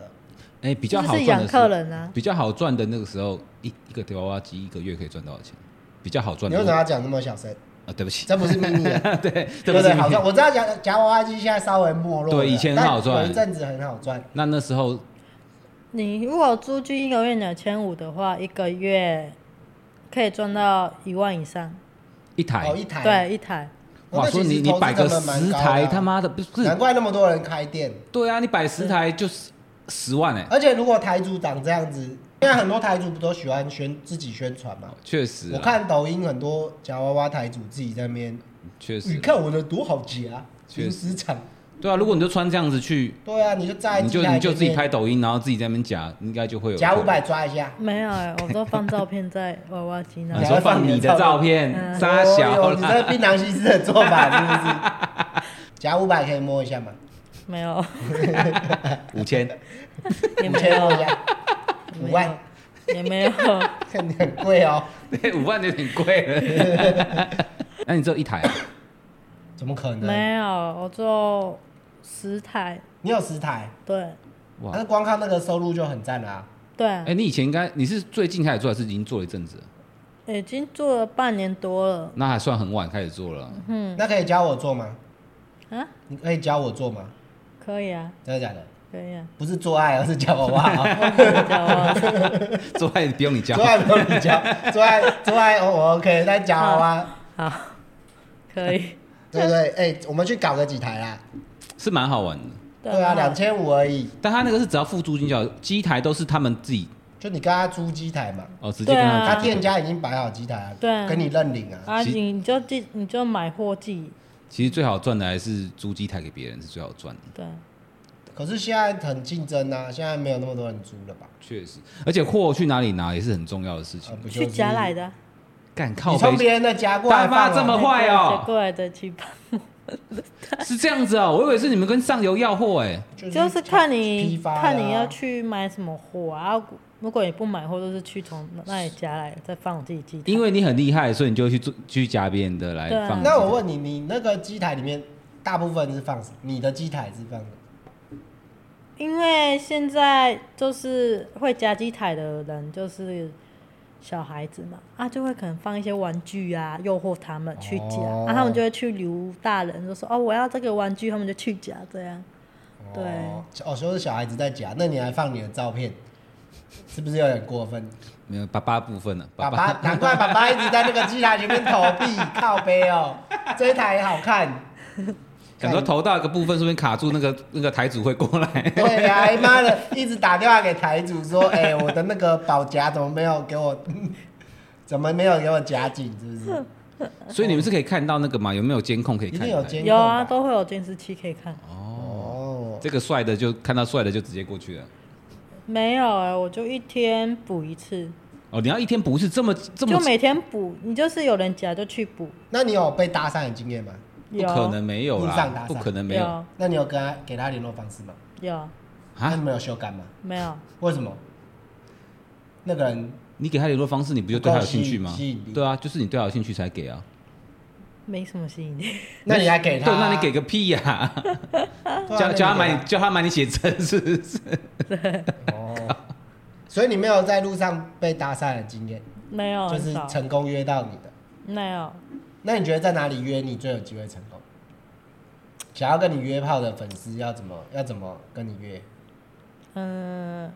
S3: 哎，比较好
S5: 就是
S3: 赚
S5: 养
S3: 的
S5: 客
S3: 是
S5: 人啊，
S3: 比较好赚的那个时候，一一个娃娃机一个月可以赚多少钱？比较好赚
S4: 你
S3: 的
S4: 为
S3: 我
S4: 什么
S3: 啊
S4: 要讲那么 小声？，
S3: 对不起，
S4: 这不是秘密啊，
S3: 对，
S4: 对
S3: 不
S4: 不
S3: 起
S4: 对？好赚，我知道夹夹娃娃机现在稍微没落了，
S3: 对以前很好赚
S4: 但有一阵子很好赚。
S3: 那那时候
S5: 你如果租金一个月两千五的话，一个月可以赚到一万以上，
S3: 一台
S4: 哦，一台，
S5: 对，一台，
S4: 哦
S3: 哇，
S4: 那
S3: 说
S4: 其实
S3: 你你
S4: 投资
S3: 摆个
S4: 成本蛮
S3: 十
S4: 高的
S3: 台，
S4: 啊
S3: 他妈的不是
S4: 难？怪那么多人开店。
S3: 对啊，你摆十台就是十万哎，
S4: 而且如果台主长这样子，现在很多台主不都喜欢宣自己宣传嘛？
S3: 确实啊，
S4: 我看抖音很多夹娃娃台主自己在那边，
S3: 确实
S4: 你，看我的多好夹，
S3: 确实
S4: 零食场。
S3: 对啊，如果你就穿这样子去，
S4: 对啊，你就在
S3: 你就你就自己拍抖音，然后自己在那边夹，应该就会有呃
S4: 夹五百抓一下，
S5: 没有哎、我都放照片在娃娃机那
S3: 啊，
S5: 里
S3: 你
S4: 你
S3: 说
S4: 还
S3: 放
S4: 嗯放
S3: 你
S4: 你
S3: 的
S4: 的
S3: 照
S4: 照
S3: 片， 傻小
S4: 哦哟你这
S3: 啦，
S4: 槟榔西施的做法是不是？夹五百可以摸一下吗？
S5: 没有，
S3: 五 千，
S5: 也
S4: 五
S5: 没
S4: 千摸一
S5: 有，啊
S4: 下，五万，
S5: 也没 有，
S4: 看你很贵哦，
S3: 对，五万有点贵了。 那你只有一台啊，
S4: 怎么可能？
S5: 没有，我就十台，
S4: 你有十台，
S5: 对，
S3: 哇
S4: 那光靠那个收入就很赞了啊！
S5: 对啊、
S3: 哎，你以前应该你是最近开始做，还是已经做了一阵子了？哎
S5: 已经做了半年多了，
S3: 那还算很晚开始做了。
S4: 那可以教我做吗？
S5: 啊，
S4: 你可以教我做吗？
S5: 可以啊，
S4: 真的假的？
S5: 可以啊，
S4: 不是做爱，而是夹 娃娃哦。
S5: 我可以教啊，
S3: 做爱不用你教
S4: 做，爱没有比较，做爱做爱我我 OK，但夹娃娃
S5: 好，可以，
S4: 对不对？哎、我们去搞个几台啦？
S3: 是蛮好玩的。
S4: 对啊，两千五而已，
S3: 但他那个是只要付租金就好，机台都是他们自己
S4: 就你跟他租机台嘛，
S3: 哦，直接跟
S5: 对
S3: 他
S5: 啊
S4: 他店家已经摆好机台啊，
S5: 对啊
S4: 跟你认领啊。
S5: 啊，
S3: 其
S5: 你你就记，你就买货记，
S3: 其实最好赚的还是租机台给别人是最好赚的，
S5: 对，
S4: 可是现在很竞争啊，现在没有那么多人租了吧？
S3: 确实。而且货去哪里拿也是很重要的事
S4: 啊，
S3: 情。
S4: 不就是
S5: 去夹来的啊，
S3: 干
S4: 你
S3: 靠
S4: 从
S3: 背
S4: 别人的夹过
S3: 大
S4: 来
S3: 妈
S4: 放、啊，
S3: 这么坏
S5: 对
S3: 哦，
S5: 过来的去吧，
S3: 是这样子哦，我以为是你们跟上游要货哎。
S5: 就是看你
S4: 批发的啊
S5: 看你要去买什么货啊。如果你不买货，就是去从那里夹来，再放我自己机台。
S3: 因为你很厉害，所以你就会去做去夹别人的来
S5: 对啊
S3: 放。
S4: 那我问你，你那个机台里面大部分是放什么？你的机台是放什么？
S5: 因为现在就是会夹机台的人，就是小孩子嘛，啊，就会可能放一些玩具啊，诱惑他们去夹，
S4: 哦
S5: 啊，他们就会去留大人，就说哦，我要这个玩具，他们就去夹这样。对
S4: 哦，哦，说是小孩子在夹，那你还放你的照片，是不是有点过分？
S3: 没有爸爸部分了，
S4: 爸
S3: 爸
S4: 爸， 难怪爸爸一直在那个机台里面投币 靠背哦，这一台好看。
S3: 想说投到一个部分，顺便卡住那个 那个台主会过来。
S4: 对呀、啊，妈的，一直打电话给台主说，哎、我的那个保夹怎么没有给我，嗯怎么没有给我夹紧，是不 是？
S3: 所以你们是可以看到那个嘛，有没有监控可以
S4: 一
S3: 看？
S4: 定有监控
S5: 有
S4: 吧
S5: 啊，都会有监视器可以看。
S4: 哦，
S3: 这个帅的就看到帅的就直接过去了。
S5: 啊没有哎、我就一天补一次，
S3: 哦，你要一天不是这么这么
S5: 就每天补，你就是有人夹就去补，
S4: 那你有被搭讪的经验吗？
S3: 不
S5: 有啊
S3: 可能没有
S4: 路上搭啊
S3: 啦
S4: 讪，
S3: 不可能没有
S5: 有
S4: 那你有跟他给他联络方式吗？
S5: 有
S4: 那你
S3: 啊！
S4: 们有修改吗？
S5: 没有？
S4: 为什么？那个人
S3: 你给他联络方式，你不就对他有兴趣吗
S4: 不够吸引力？
S3: 对啊，就是你对他有兴趣才给啊。
S5: 没什么吸引力，
S4: 那你还给他？
S3: 对，那你给个屁呀、
S4: 对啊
S3: 叫叫他买你，
S4: 那你给
S3: 叫他买你写真是不是？
S4: 他哦。所以你没有在路上被搭讪的经验，
S5: 没有
S4: 就是
S5: 哦很少，
S4: 成功约到你的。
S5: 没有
S4: 那你觉得在哪里约你最有机会成功？想要跟你约炮的粉丝要怎么要怎么跟你约？
S5: 嗯，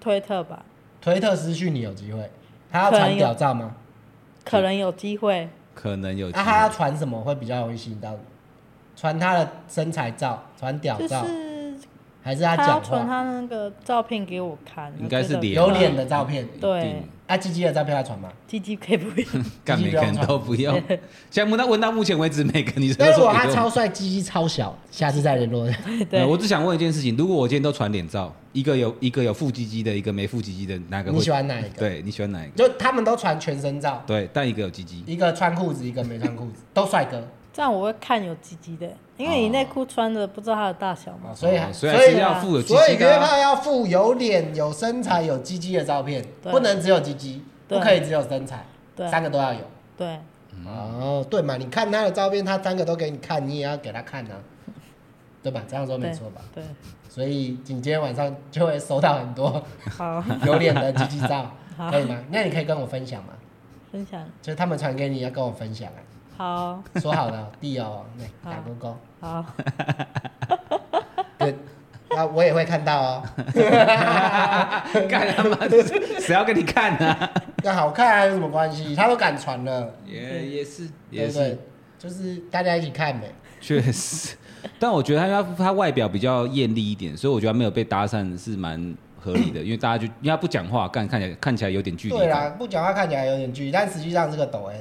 S5: 推特吧，
S4: 推特私讯你有机会，他要
S5: 可能
S4: 传
S5: 有
S4: 屌照吗？
S5: 可能有机会，
S3: 可能有机
S4: 那、啊他要
S3: 会。
S4: 传什么会比较容易吸引到你？传他的身材照，传屌
S5: 就
S4: 照，
S5: 是
S4: 还是
S5: 他
S4: 讲
S5: 要传
S4: 话？
S5: 他那个照片给我看，
S3: 应该是
S5: 我觉得
S3: 脸
S4: 有脸啊的照片，
S3: 一
S5: 对
S3: 定，
S4: 啊，鸡鸡的照片要传吗？
S5: 鸡鸡可以不用，
S3: 干每个人都不 用。现在问到问到目前为止，每个女生
S4: 但
S3: 都
S4: 是
S3: 说
S4: 我他
S3: 不用
S4: 超帅，鸡鸡超小，下次再联络。
S3: 没有
S5: 对
S3: 我只想问一件事情：如果我今天都传脸照，一个有一个有腹肌肌的，一个没腹肌肌的，哪个会
S4: 你喜欢哪一个？
S3: 对，你喜欢哪一个？
S4: 就他们都传全身照，
S3: 对，但一个有鸡 鸡，
S4: 一个穿裤子，一个没穿裤子，都帅哥，
S5: 这样我会看有鸡鸡的，因为你内裤穿着不知道它的大小嘛，
S4: 啊所以
S3: 哦
S4: 所
S3: 虽然
S4: 以
S3: 是要附有鸡
S4: 所以
S3: 鸡
S4: 约
S3: 的啊，
S4: 炮要附有脸、有身材、有鸡鸡的照片，
S5: 对
S4: 不能只有鸡鸡，
S5: 对
S4: 不可以只有身材，
S5: 对
S4: 三个都要有。
S5: 对，
S4: 哦，对嘛，你看他的照片，他三个都给你看，你也要给他看啊，对吧？这样说没错吧？
S5: 对，
S4: 所以你今天晚上就会收到很多
S5: 好，
S4: 有脸的鸡鸡照，
S5: 好
S4: 可以吗？那你可以跟我分享吗？
S5: 分享，
S4: 就是他们传给你要跟我分享啊，
S5: 好，
S4: 说好了哦， 弟哦，那打
S5: 好
S4: 勾勾，
S5: 好，
S4: 对，那我也会看到哦。
S3: 啊干他妈的，谁要跟你看 啊？
S4: 那好看还有什么关系？他都敢传了，
S3: 也也是
S4: 对
S3: 也
S4: 不
S3: 是
S4: 对，？就是大家一起看呗。
S3: 确实。但我觉得他他他外表比较艳丽一点，所以我觉得他没有被搭讪是蛮合理 的，因为大家就因为他不讲话，干看起来看起来有点距离
S4: 对啊
S3: 感，
S4: 啦，不讲话看起来有点距离，但实际上是个抖 N，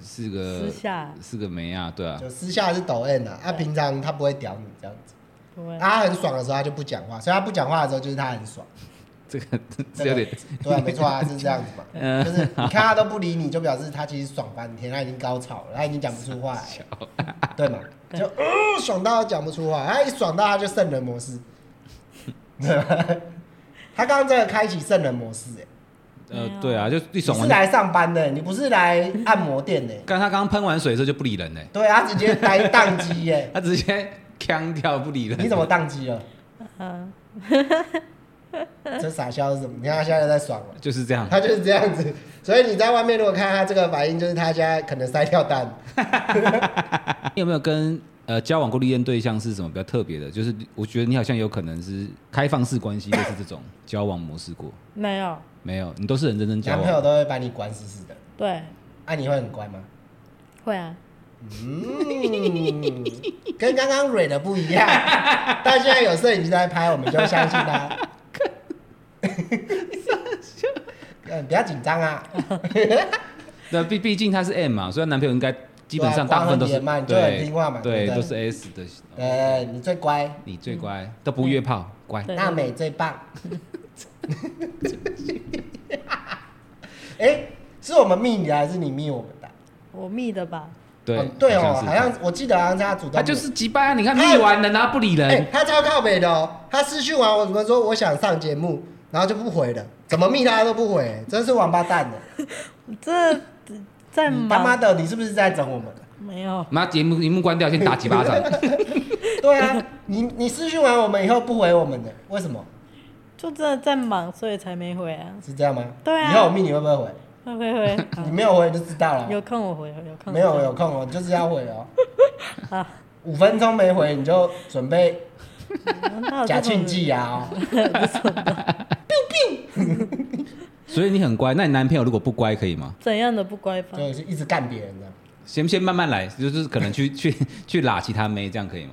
S3: 是个
S4: 呃
S5: 私下
S3: 是个梅啊，对啊
S4: 就，私下是抖 N 啊。啊，平常他不会屌你这样子。
S5: 不会，
S4: 啊他很爽的时候他就不讲话，所以他不讲话的时候就是他很爽。
S3: 这个
S4: 这
S3: 这有
S4: 个
S3: 点
S4: 对啊，没错啊，是这样子嘛。
S3: 嗯
S4: 就是你看他都不理你，就表示他其实爽翻天，他已经高潮了，他已经讲不出话来了，对嘛？就嗯、呃爽到讲不出话，他一爽到他就圣人模式，对吧？他刚刚真的开启圣人模式、欸，
S5: 没
S3: 呃
S5: 有
S3: 对啊，就一
S4: 你
S3: 爽
S4: 是
S3: 完就
S4: 来上班的、你不是来按摩店的、
S3: 刚他刚喷完水之后就不理人嘞、
S4: 对他直接来宕机 耶，
S3: 他直接腔掉不理人。
S4: 你怎么？宕机了？
S5: 嗯，
S4: 这傻笑是什么？你看他现在在爽了。
S3: 就是这样，
S4: 他就是这样子，所以你在外面如果看他这个反应，就是他现在可能塞跳蛋，
S3: 你有没有跟呃交往过历任对象是什么比较特别的？就是我觉得你好像有可能是呃开放式关系，类似这种交往模式过
S5: 没有，
S3: 没有？你都是很认真交
S4: 男朋友
S3: 往，
S4: 都会把你管死死的。
S5: 对，
S4: 啊，你会很乖吗？
S5: 会啊，
S4: 嗯，跟刚刚蕊的不一样，但现在有摄影机在拍，我们就相信他。 嗯，不要紧张啊，
S3: 那毕毕竟他是 M 嘛，所以男朋友应该基本上
S4: 对啊
S3: 大部分都是
S4: 光很野蛮就很听话嘛
S3: 对，
S4: 对不对
S3: 都是 S 的。
S4: 呃，你最乖，
S3: 你最乖，都不约
S4: 嗯
S3: 炮，乖。
S5: 对
S4: 娜美最棒。 哎、是我们密你的还是你密我们的？
S5: 我密的吧，
S3: 对
S4: 哦对哦，
S3: 是
S4: 好像我记得好像是他主动的。
S3: 他就是鸡巴，你看密完了，然后不理
S4: 哎、
S3: 人，
S4: 他超靠北的哦，他私讯完我怎么说我想上节目，然后就不回了，怎么密他都不回，真是王八蛋的。
S5: 这在
S4: 你他妈
S5: 忙，
S4: 的，你是不是在整我们？
S5: 没有，
S3: 妈节目荧幕关掉，先打几巴 掌。
S4: 对啊，你你私讯完我们以后不回我们的，为什么？
S5: 就真的在忙，所以才没回啊，
S4: 是这样吗？
S5: 对啊
S4: 以后我密你会不会回？
S5: 会会会，好
S4: 你没有回就知道了。
S5: 有空我回，啊有空
S4: 没有
S5: 我回
S4: 有空哦，你就是要回哦。
S5: 好，
S4: 五分钟没回你就准备
S5: 那我
S4: 假
S5: 这种
S4: 庆忌啊、哦！
S3: 所以你很乖，那你男朋友如果不乖可以吗？
S5: 怎样的不乖法？
S4: 就是一直干别人的。
S3: 先先慢慢来，就是可能去 去去拉其他妹，这样可以吗？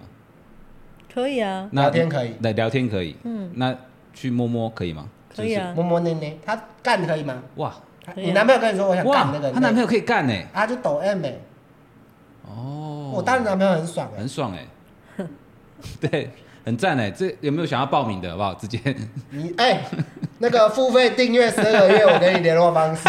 S5: 可以啊，
S3: 那
S4: 聊天可以
S3: 对，聊天可以。
S5: 嗯，
S3: 那去摸摸可以吗？
S5: 可以
S3: 嗯
S5: 啊
S4: 摸摸捏捏，他干可以吗？
S3: 就是。哇
S4: 他
S5: 可以啊
S4: 你男朋友跟你说我想干
S3: 哇
S4: 那个，，
S3: 她男朋友可以干欸呢。
S4: 他就抖 M 呗。
S3: 哦，
S4: 我当然男朋友很爽哎
S3: 很，爽 哎，欸对，很赞哎。这有没有想要报名的？好不好？直接
S4: 你哎，那个付费订阅十二个月，我给你联 络方式。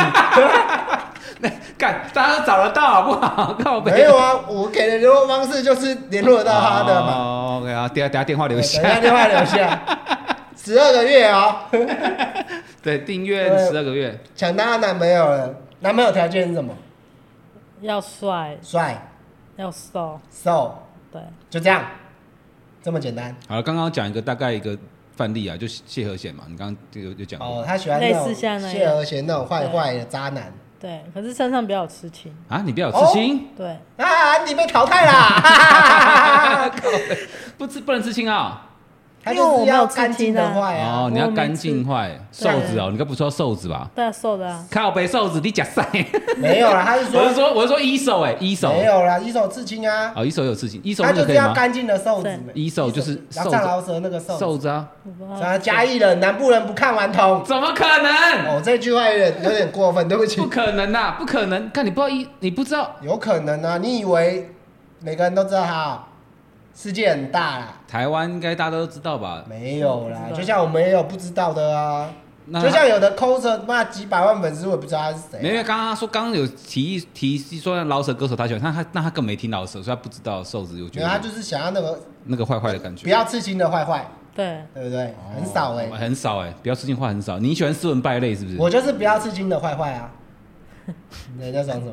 S3: 干，大家都找得到好不好？靠北
S4: 没有啊，我给的联络方式就是联络到他的嘛。
S3: 哦，OK 啊，等下等下电话留
S4: 对等一
S3: 下
S4: 下。电话留下， 十二个月哦，
S3: 对，订阅
S4: 对
S3: 十二个月，
S4: 抢到她男朋友了。男朋友条件是什么？
S5: 要帅
S4: 帅、
S5: 要瘦，
S4: 瘦，
S5: 对，
S4: 就这样，这么简单。
S3: 好了，刚刚讲一个大概一个范例啊，就谢和弦嘛，你刚刚就有有讲
S4: 哦
S3: 过，
S4: 他喜欢那种
S5: 类似像那样
S4: 谢和弦那种坏坏的渣男。
S5: 对，可是身上比较有痴情，
S3: 啊，你不要有痴心，
S5: 对，
S4: 啊，你被淘汰啦！
S3: 不吃不能痴心啊，
S4: 他就是要干净的坏
S3: 哦
S4: 啊。，
S3: 你要干净坏，瘦
S5: 对
S3: 子哦，你刚不说瘦子吧？
S5: 但瘦的啊，
S3: 靠北瘦子，你假赛，
S4: 没有啦，他是
S3: 我是
S4: 说
S3: 说我是说一手哎，一手
S4: 没，有啦，一手刺青啊，
S3: 哦，一手有痴心，一手
S4: 他
S3: 那个
S4: 就
S3: 可以
S4: 是要
S3: 吗？
S4: 干净的瘦子
S5: 对。哦
S3: 一手就是
S4: 然
S3: 瘦
S4: 后
S3: 子
S4: 藏獒蛇那个
S3: 瘦
S4: 瘦子。
S3: 子啊，
S5: 我不知
S4: 然
S5: 道
S4: 后嘉义人，南部人不看顽童。
S3: 怎么可能？
S4: 哦，这句话有点有点过分，对不 起
S3: 不。可能呐、不可能！看你不知道一，你不知道
S4: 有可能啊，你以为每个人都知道他哦？世界很大啦，
S3: 台湾应该大家都知道吧？
S4: 没有啦
S5: 不知，道
S4: 就像我们也有不知道的啊。
S3: 那
S4: 就像有的抠着骂几百万粉丝，我也不知道他是谁啊。
S3: 没有，刚刚说刚刚有提议提议说饶舌歌手他喜欢，那他那他更没听饶舌，所以他不知道瘦子，我觉
S4: 没有，他
S3: 得
S4: 就是想要那个
S3: 那个坏坏的感觉。
S4: 不要刺青的坏坏，
S5: 对，
S4: 对不对？
S3: 哦
S4: 很少哎、
S3: 很少哎、不要事情话很少。你喜欢斯文败类是不是？
S4: 我就是不要刺青的坏坏啊。你在爽什么？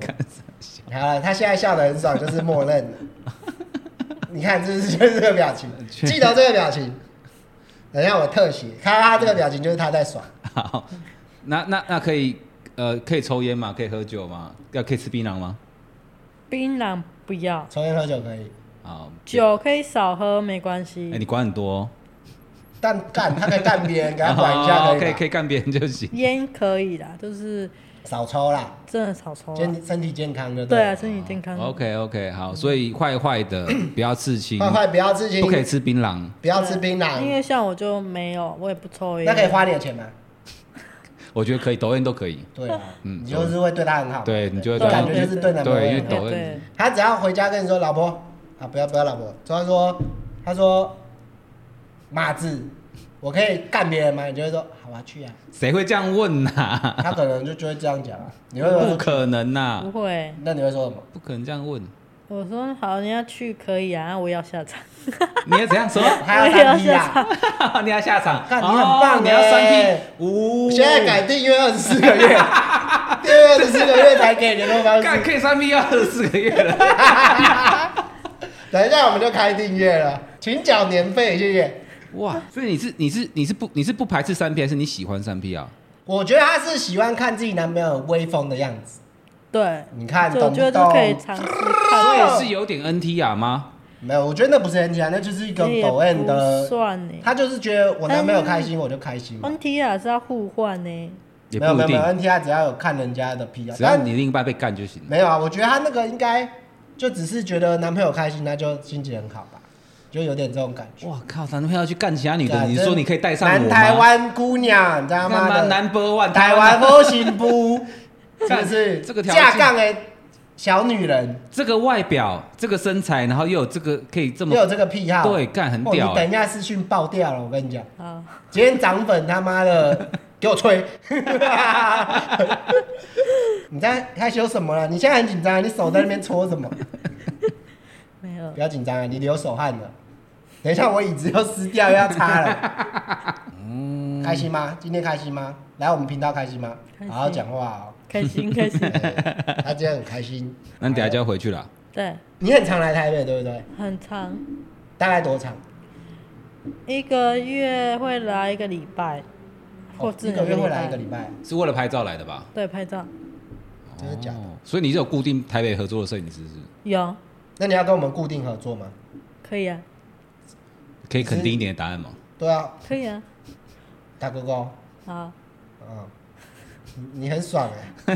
S4: 好了，他现在笑得很爽，就是默认 了。你看，这是就是这个表情，记得这个表情。等一下我特写，看他这个表情就是他在爽。
S3: 好，那那那可以呃可以抽烟吗？可以喝酒吗？要可以吃槟榔吗？
S5: 槟榔不要，
S4: 抽烟喝酒可以，
S3: 啊，
S5: 酒可以少喝没关系
S3: 哎、，你管很多、哦，
S4: 但干他可以干别人，给他管一下
S3: 哦
S4: 可
S3: 可以
S4: 以吧
S3: 可以干别人就行。
S5: 烟可以啦，就是
S4: 少抽啦，
S5: 真的少抽啊，
S4: 身身体健康哦就
S5: 对啊，
S4: 了。
S5: 身体健
S4: 嗯
S5: 康。
S3: OK OK，好，所以坏坏 的不要刺青，
S4: 坏坏不要刺
S3: 嗯
S4: 青，
S3: 不可以吃槟榔。
S4: 不要吃槟
S5: 因
S4: 榔，
S5: 为像我就没有，我也不抽烟。
S4: 那可以花你的钱吗？
S3: 我觉得可以，抖音都可以。
S4: 对啊，
S3: 嗯
S4: 你就是会对他很好嘛，
S3: 对你就会
S5: 对
S4: 感觉就是对男朋友
S3: 对，因为
S4: 很好。
S3: 抖
S5: 对
S3: 音
S4: 他只要回家跟你说老婆啊，不要不要老婆，他说他说马子，我可以干别人吗？你就会说好 啊，去啊。
S3: 谁会这样 问呐、
S4: 他可能就就会这 样讲啊，你会
S3: 不
S4: 说
S3: 可能呐、
S5: 不会。
S4: 那你会说什么？
S3: 不可能这样问。
S5: 我说好，人家去可以啊，我也要下场。
S3: 你要怎样说？
S4: 他要三啊 P 啦，
S3: 你要下场？
S4: 看你很棒
S3: 哦你要
S4: 欸
S3: 三 P。呜、
S4: 现在改订阅二十四 个月，订阅二十四个月才给联络方
S3: 干
S4: 式。
S3: 可以三 P 要二十四个月了。
S4: 等一下我们就开订阅了，请缴年费，谢谢。
S3: 哇，所以你是你是你是不你是不排斥三 P 还是你喜欢三 P 啊？
S4: 我觉得他是喜欢看自己男朋友威风的样子，
S5: 对，
S4: 你看
S5: 就我
S4: 懂
S5: 觉得
S4: 不
S5: 就可以
S4: 懂？
S5: 尝试
S3: 所
S4: 哦
S5: 看。
S3: 以是有点 NT 啊吗？
S4: 没有，我觉得那不是 N T 啊，那就是一个
S5: 也
S4: 抖 N 的
S5: 不算呢。
S4: 他就是觉得我男朋友开心，我就开心嘛。
S5: 问题啊是要互换呢，
S3: 也
S4: 没有
S3: 不
S4: 没
S3: 一
S4: 有没有
S3: 定，
S4: ，N T I 只要有看人家的屁啊，
S3: 只要
S4: 但
S3: 你另一半被干就行了。
S4: 没有啊，我觉得他那个应该就只是觉得男朋友开心，他就心情很好吧，就有点这种感觉。啊
S3: 哇靠，男朋友去干其他女的，
S4: 干
S3: 你
S4: 这
S3: 说你可以带上我吗
S4: 南台湾姑娘，你知道
S3: 干
S4: 吗？
S3: 嘛
S4: 的
S3: ？Number One，
S4: 台湾后行不？是
S3: 干
S4: 不是
S3: 这个条件
S4: 架杠的小女人
S3: 这个外表，这个身材，然后又有这个可以这么
S4: 又有这个癖好？
S3: 对干很
S4: 哦
S3: 屌欸
S4: 你等一下私讯爆掉了，我跟你讲，
S5: 啊，
S4: 今天涨粉他 妈的给我吹！ 你在害羞什么了？你现在很紧张，你手在那边 搓什么？
S5: 没有
S4: 不，要紧张啊，你流手汗了。等一下，我椅子又湿掉，又要擦了。
S3: 嗯
S4: 开心吗？今天开心吗？来我们频道开心吗？
S5: 开心
S4: 好好讲话 哦。
S5: 开心开心。
S4: 哎他今天很开心。哎
S3: 那你等下就要回去了。
S5: 对，
S4: 你很常来台北，对不对？
S5: 很长，
S4: 大概多长？
S5: 一个月会来一个礼拜，或
S4: 哦
S5: 至
S4: 一个月
S5: 两
S4: 会来一个礼拜，
S3: 是为了拍照来的吧？
S5: 对，拍照
S4: 真的假的？
S3: 哦所以你是有固定台北合作的摄影师是不是？
S5: 有
S4: 那你要跟我们固定合作吗？
S5: 可以啊，
S3: 可以肯定一点的答案吗？
S4: 对啊，
S5: 可以啊，啊
S4: 大哥哥，
S5: 好，
S4: 嗯，你你很爽哎、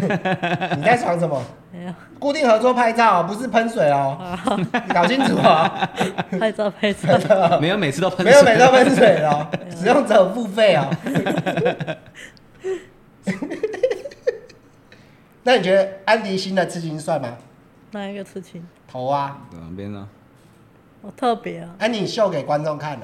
S4: 你在爽什么？
S5: 没有，
S4: 固定合作拍照，不是喷水哦，
S5: 好，
S4: 你搞清楚哦。
S5: 啊 拍照拍 照。
S3: 没有，每次都 喷水。
S4: 没有每周 分水哦，使用者付费哦。 那你觉得安迪新的刺青帅吗？
S5: 哪一个事情？
S4: 头啊，
S3: 两边呢？
S5: 我特别啊，
S4: 安、啊、你秀给观众看啊。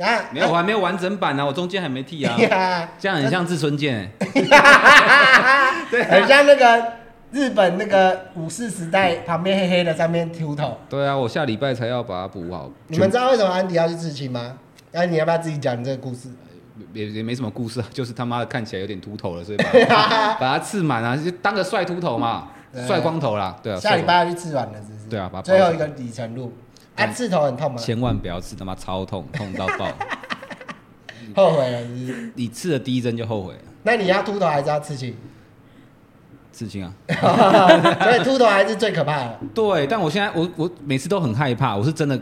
S4: 啊，
S3: 没有，我还没有完整版呢、我中间还没剃啊，
S4: 呀，
S3: 这样很像志村健、欸。
S4: 对， 很像那个日本那个武士时代旁边黑黑的上面秃头。
S3: 对啊，我下礼拜才要把它补好。
S4: 你们知道为什么安迪要去刺青吗？安迪，你要不要自己讲你这个故事？
S3: 也也没什么故事啊， 就是他妈的看起来有点秃头了，所以把 它 把它刺满啊，就当个帅秃头嘛，
S4: 对
S3: 帅光头啦，对啊。
S4: 下礼
S3: 帅
S4: 拜要去刺完了，是不是？
S3: 对啊把它嗯
S4: 最后一个里程路，啊，刺头很痛吗
S3: 光？千万不要刺，他妈超痛，痛到 爆！
S4: 后悔了，是不是？
S3: 你刺了第一针就后悔了，
S4: 那你要秃头还是要刺青？
S3: 刺青啊。
S4: 所以秃头还是最可怕的。
S3: 对，但我现在我我每次都很害怕，我是真的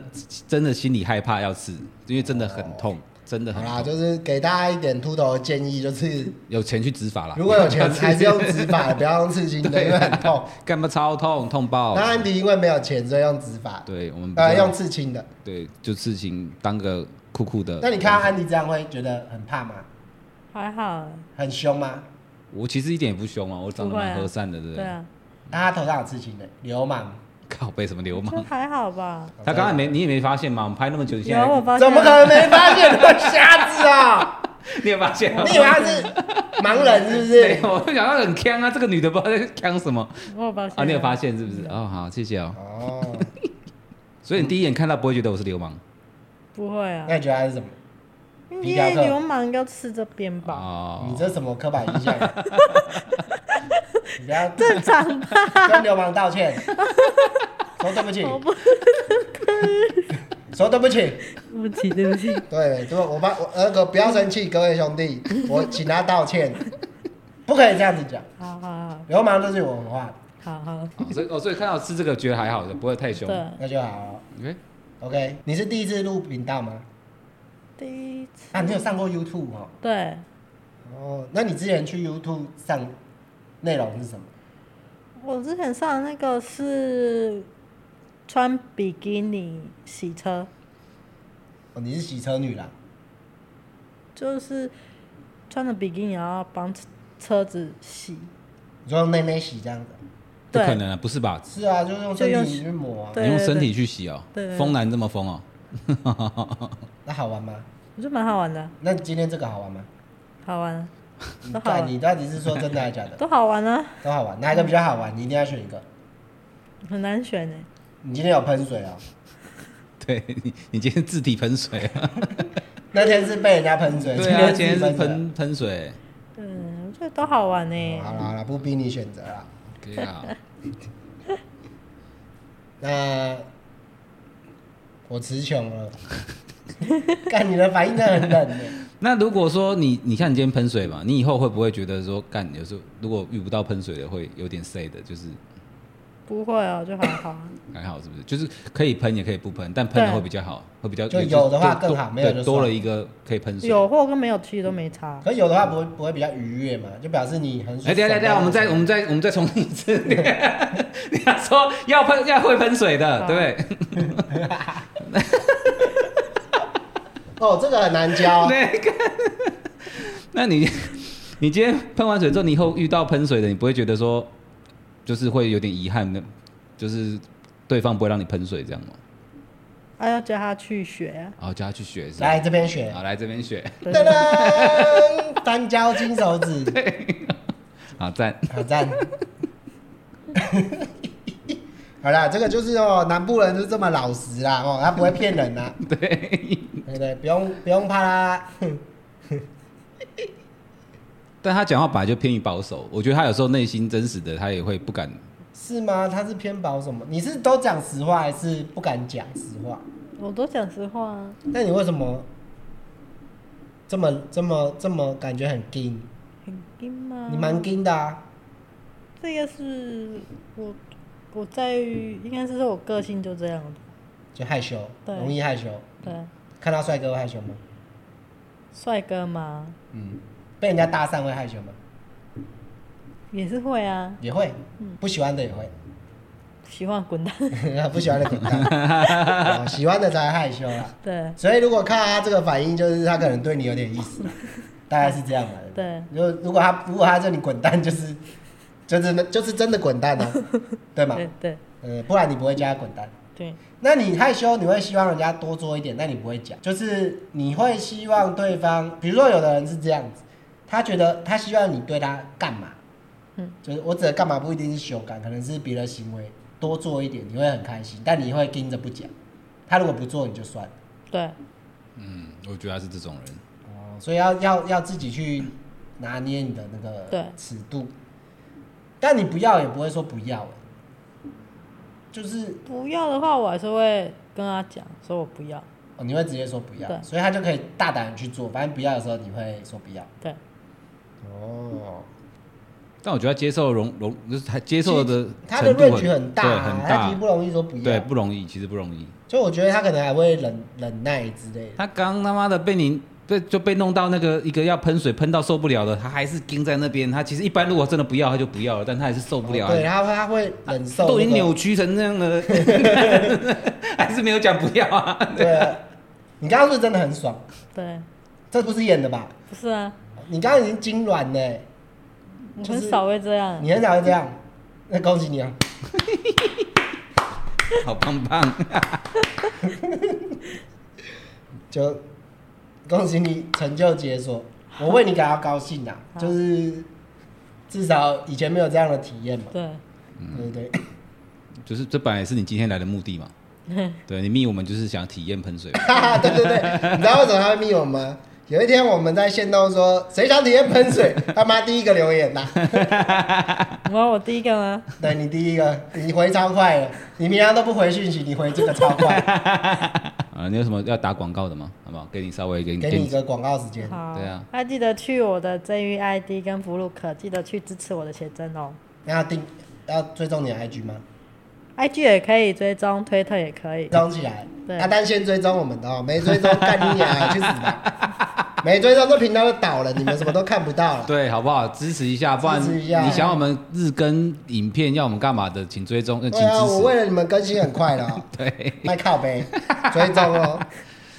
S3: 真的心里害怕要刺，因为真的很痛，真的
S4: 哦好
S3: 很
S4: 啦，
S3: 痛。
S4: 就是给大家一点秃头的建议，就是
S3: 有钱去执法啦，
S4: 如 果有钱还是用直发的，不要用刺青的，因为很痛。
S3: 干嘛超痛，痛爆
S4: 那！安迪因为没有钱，所以用直发，
S3: 对嗯我们
S4: 呃，用
S3: 用
S4: 刺青的。
S3: 对就刺青当个酷酷的。
S4: 那你看到安迪这样会觉得很怕吗？
S5: 还好欸，
S4: 很凶吗？
S3: 我其实一点也不凶啊，我长得
S5: 不会啊
S3: 蛮和善的，对不
S5: 对啊，
S4: 那他头上有刺青的，流氓，
S3: 靠背什么流
S5: 就
S3: 氓？
S5: 还好吧。
S3: 他刚才没你也没发现吗？我们拍那么久，你现
S5: 啊有啊我
S3: 在
S5: 发现，
S4: 怎么可能没发现？你个瞎子 啊！
S3: 你有发现 吗？
S4: 你以为他是盲人是不
S3: 没
S4: 是？
S3: 有，我就想到很呛啊，这个女的不知道在呛什么
S5: 我有发现
S3: 啊，你有发现是不是？
S5: 嗯
S3: 哦，好，谢谢哦。
S4: 哦，
S3: 所以你第一眼看到不会觉得我是流氓
S5: 不会啊
S4: 那，你觉得他是什么？皮
S5: 因
S4: 夹
S5: 为
S4: 克
S5: 流氓要吃这边吧，
S4: 你
S3: 哦，
S4: 这什么刻板印象？你不要
S5: 正常吧？
S4: 跟流氓道歉，说对不起，
S5: 我不，
S4: 说对不起。
S5: 对不起，对不起，
S4: 对，对，我帮我那个不要生气，各位兄弟，我请他道歉，不可以这样子讲，
S5: 好好好
S4: 流氓都是有文化的，
S5: 好好，
S3: 哦所以哦，所以看到吃这个觉得还好，不会太凶。
S5: 对，
S4: 那就好了。
S3: OK，
S4: OK，你是第一次录频道吗？
S5: 第一次，
S4: 啊，你有上过 YouTube 哦。
S5: 对，
S4: 哦，那你之前去 YouTube 上内容是什么？
S5: 我之前上的那个是穿比基尼洗车，
S4: 哦，你是洗车女啦。
S5: 就是穿着比基尼然后帮车车子洗，
S4: 你说用内内洗这样子？
S3: 不
S5: 对
S3: 可能啊，不是吧？
S4: 是啊，就是用身
S5: 就用
S4: 体去抹啊。
S5: 对
S3: 你用身体去洗哦
S5: 对对，对
S3: 风男这么疯哦，
S4: 那好玩吗？
S5: 我觉得蛮好玩的，
S4: 那今天这个好玩吗？
S5: 好玩，
S4: 你
S5: 都好玩
S4: 干你到底是说真的还是 假的？
S5: 都好玩啊，
S4: 都好玩，哪一个比较好玩？你一定要选一个。
S5: 很难选呢。
S4: 你今天有喷水哦，
S3: 对你，你今天自体喷水啊？
S4: 那天是被人家喷水，
S3: 对 啊，今
S4: 今
S3: 天是
S4: 天是喷
S3: 喷喷水。
S5: 嗯，我觉得都好玩
S4: 水。好
S5: 呢。
S4: 了好了，不逼你选择了。
S3: 可以啊，
S4: 那我词穷了，干你的反应真的很冷耶。
S3: 那如果说你，你看你今天喷水嘛，你以后会不会觉得说，干有时候如果遇不到喷水的，会有点 sad，就是
S5: 不会哦，就还好啊。
S3: 还好是不是？就是可以喷也可以不喷，但喷了
S5: 对
S3: 会比较好，会比较
S4: 就有的话
S3: 多
S4: 更好
S3: 多
S4: 没有就
S3: 对
S4: 算
S3: 多
S4: 了
S3: 了一个可以喷水。
S5: 有货跟没有其实都没差。
S4: 可有的话不会不会比较愉悦嘛？就表示你很
S3: 哎，等一下等一下，我们再我们再我们再重新一次。 你要说要喷要会喷水的，
S5: 好
S3: 对不对？
S4: 哦，这个很难教。
S3: 那个，那你你今天喷完水之后，你以后遇到喷水的，你不会觉得说就是会有点遗憾的，就是对方不会让你喷水这样吗？
S5: 啊，要叫他去学啊。
S3: 然后叫他去学是吧？
S4: 来这边学，
S3: 好，来这边学，
S5: 对
S4: 噔噔，单交金手 指，
S3: 好赞。
S4: 好赞。 好啦，这个就是哦，南部人就是这么老实啦，哦，他不会骗人啦，
S3: 对，
S4: 对不对？不用不用怕啦，
S3: 但他讲话本来就偏于保守，我觉得他有时候内心真实的，他也会不敢。
S4: 是吗？他是偏保什么？你是都讲实话，还是不敢讲实话？
S5: 我都讲实话啊，
S4: 那你为什么这么这么这么感觉很硬？
S5: 很硬吗？
S4: 你蛮硬的啊，
S5: 这个是我我在于应该是说我个性就这样的，
S4: 就害羞，
S5: 对
S4: 容易害羞。
S5: 对，
S4: 看到帅哥会害羞吗？
S5: 帅哥嘛
S4: 嗯，被人家搭讪会害羞吗？
S5: 也是会啊，
S4: 也会，不喜欢的也会，
S5: 喜欢滚蛋，
S4: 不喜欢的滚蛋，哦喜欢的才害羞啦。
S5: 对
S4: 所以如果看到他这个反应，就是他可能对你有点意思，大概是这样吧。
S5: 对，
S4: 如果如果他如果他叫你滚蛋，就是 就是就是真的滚蛋啊，对吗？
S5: 对对
S4: 呃，不然你不会叫他滚蛋。
S5: 对，
S4: 那你害羞，你会希望人家多做一点，但你不会讲，就是你会希望对方，比如说有的人是这样子，他觉得他希望你对他干嘛，
S5: 嗯，
S4: 就是我指的干嘛不一定是修改，可能是别的行为多做一点，你会很开心，但你会盯着不讲，他如果不做你就算了，
S5: 对，
S3: 嗯，我觉得他是这种人。
S4: 哦，所以要要要自己去拿捏你的那
S5: 对
S4: 个尺度，但你不要也不会说不要、欸就是、
S5: 不要的话，我还是会跟他讲，说我不要。
S4: 哦你会直接说不
S5: 对
S4: 要，所以他就可以大胆地去做，反正不要的时候你会说不要。
S5: 对，
S4: 哦，
S3: 但我觉得他接受容容就是他接受的
S4: 他的
S3: 程度
S4: 论据很大、
S3: 对
S4: 啊，
S3: 很
S4: 他其
S3: 大
S4: 实不，容易说啊不要。
S3: 对不容易，其实不容易。
S4: 就我觉得他可能还会忍忍耐之类的。
S3: 他刚他妈的被你被就被弄到那个一个要喷水喷到受不了的，他还是盯在那边。他其实一般如果真的不要，他就不要了，但他还是受不了。
S4: 哦对，他会他会忍受、
S3: 都已经扭。曲成那样 了，还是没有讲不要啊。
S4: 对啊，你刚刚是不是真的很爽，
S5: 对，
S4: 这不是演的吧？
S5: 不是啊，
S4: 你刚刚已经痉挛了欸，
S5: 我
S4: 就
S5: 很
S4: 是
S5: 少会这样。
S4: 你很少会这样，那恭喜你啊！
S3: 好棒棒，
S4: 就恭喜你成就解锁，我为你感到高兴啊！
S5: 好
S4: 就是至少以前没有这样的体验嘛，
S5: 对，
S4: 对不对？
S3: 就是这本来也是你今天来的目的嘛。对你密我们就是想体验喷 水嘛，
S4: 哈哈，对对对，你知道为什么他会密我们吗？有一天我们在线动说谁想体验喷水， 他妈第一个留言呐、
S5: 然后我第一个吗？
S4: 对你第一个，你回超快的，你平常都不回讯息，你回这个超快，
S3: 啊，你有什么要打广告的吗？好不好？给你稍微给你
S4: 给你一个广告时间。
S5: 好，
S3: 对啊，
S5: 还记得去我的 JUID 跟福禄可，记得去支持我的写真哦。
S4: 那要定要追踪你的 IG 吗？
S5: IG 也可以追踪，推特也可以
S4: 追。踪起来。
S5: 对
S4: 他单先追踪我们的哦，没追踪干你娘，去死吧！没追踪这频道就倒了，你们什么都看不到了。
S3: 对，好不好？支持一下，不然
S4: 支持一下
S3: 你想我们日更影片要我们干嘛的，请追踪，呃请
S4: 对啊，我为
S3: 支
S4: 了你们更新很快 了、哦，
S3: 持。 对，
S4: 卖靠呗，追踪哦。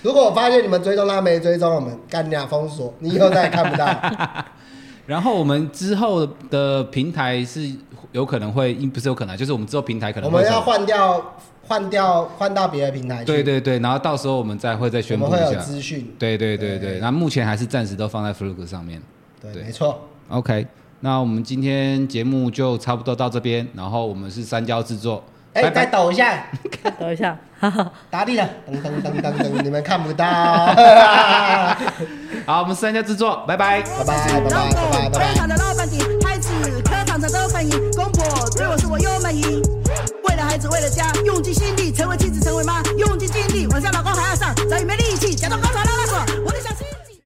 S4: 如果我发现你们追踪他没追踪我们，干你娘封锁，你以后再也看 不到。
S3: 然后我们之后的平台是有可能会，不是有可能啊，就是我们之后平台可
S4: 我
S3: 能会
S4: 们要
S3: 什么
S4: 换掉，换掉，换到别的平台去。
S3: 对对对，然后到时候我们再会再
S4: 我
S3: 宣布
S4: 们
S3: 一
S4: 会有
S3: 下。
S4: 资讯。
S3: 对对对对，
S4: 对
S3: 那目前还是暂时都放在 Fluke 上面。
S4: 对，
S3: 对
S4: 没错。
S3: OK，那我们今天节目就差不多到这边，然后我们是三焦制作，
S4: 哎、
S3: 拜
S4: 再
S3: 拜。
S4: 抖一下，
S5: 等一下，
S4: 打地了，噔噔噔噔噔，你们 看不到。
S3: 好，我们是三焦制作，拜拜。
S4: 拜拜拜拜拜拜拜
S2: 非常的老板顶，孩子课堂上都欢迎。公婆对我说我又满意，为了孩子为了家，用尽心力成为妻子成为妈，用尽精力晚上老公还要上，早已没力气，假装高潮拉拉锁，我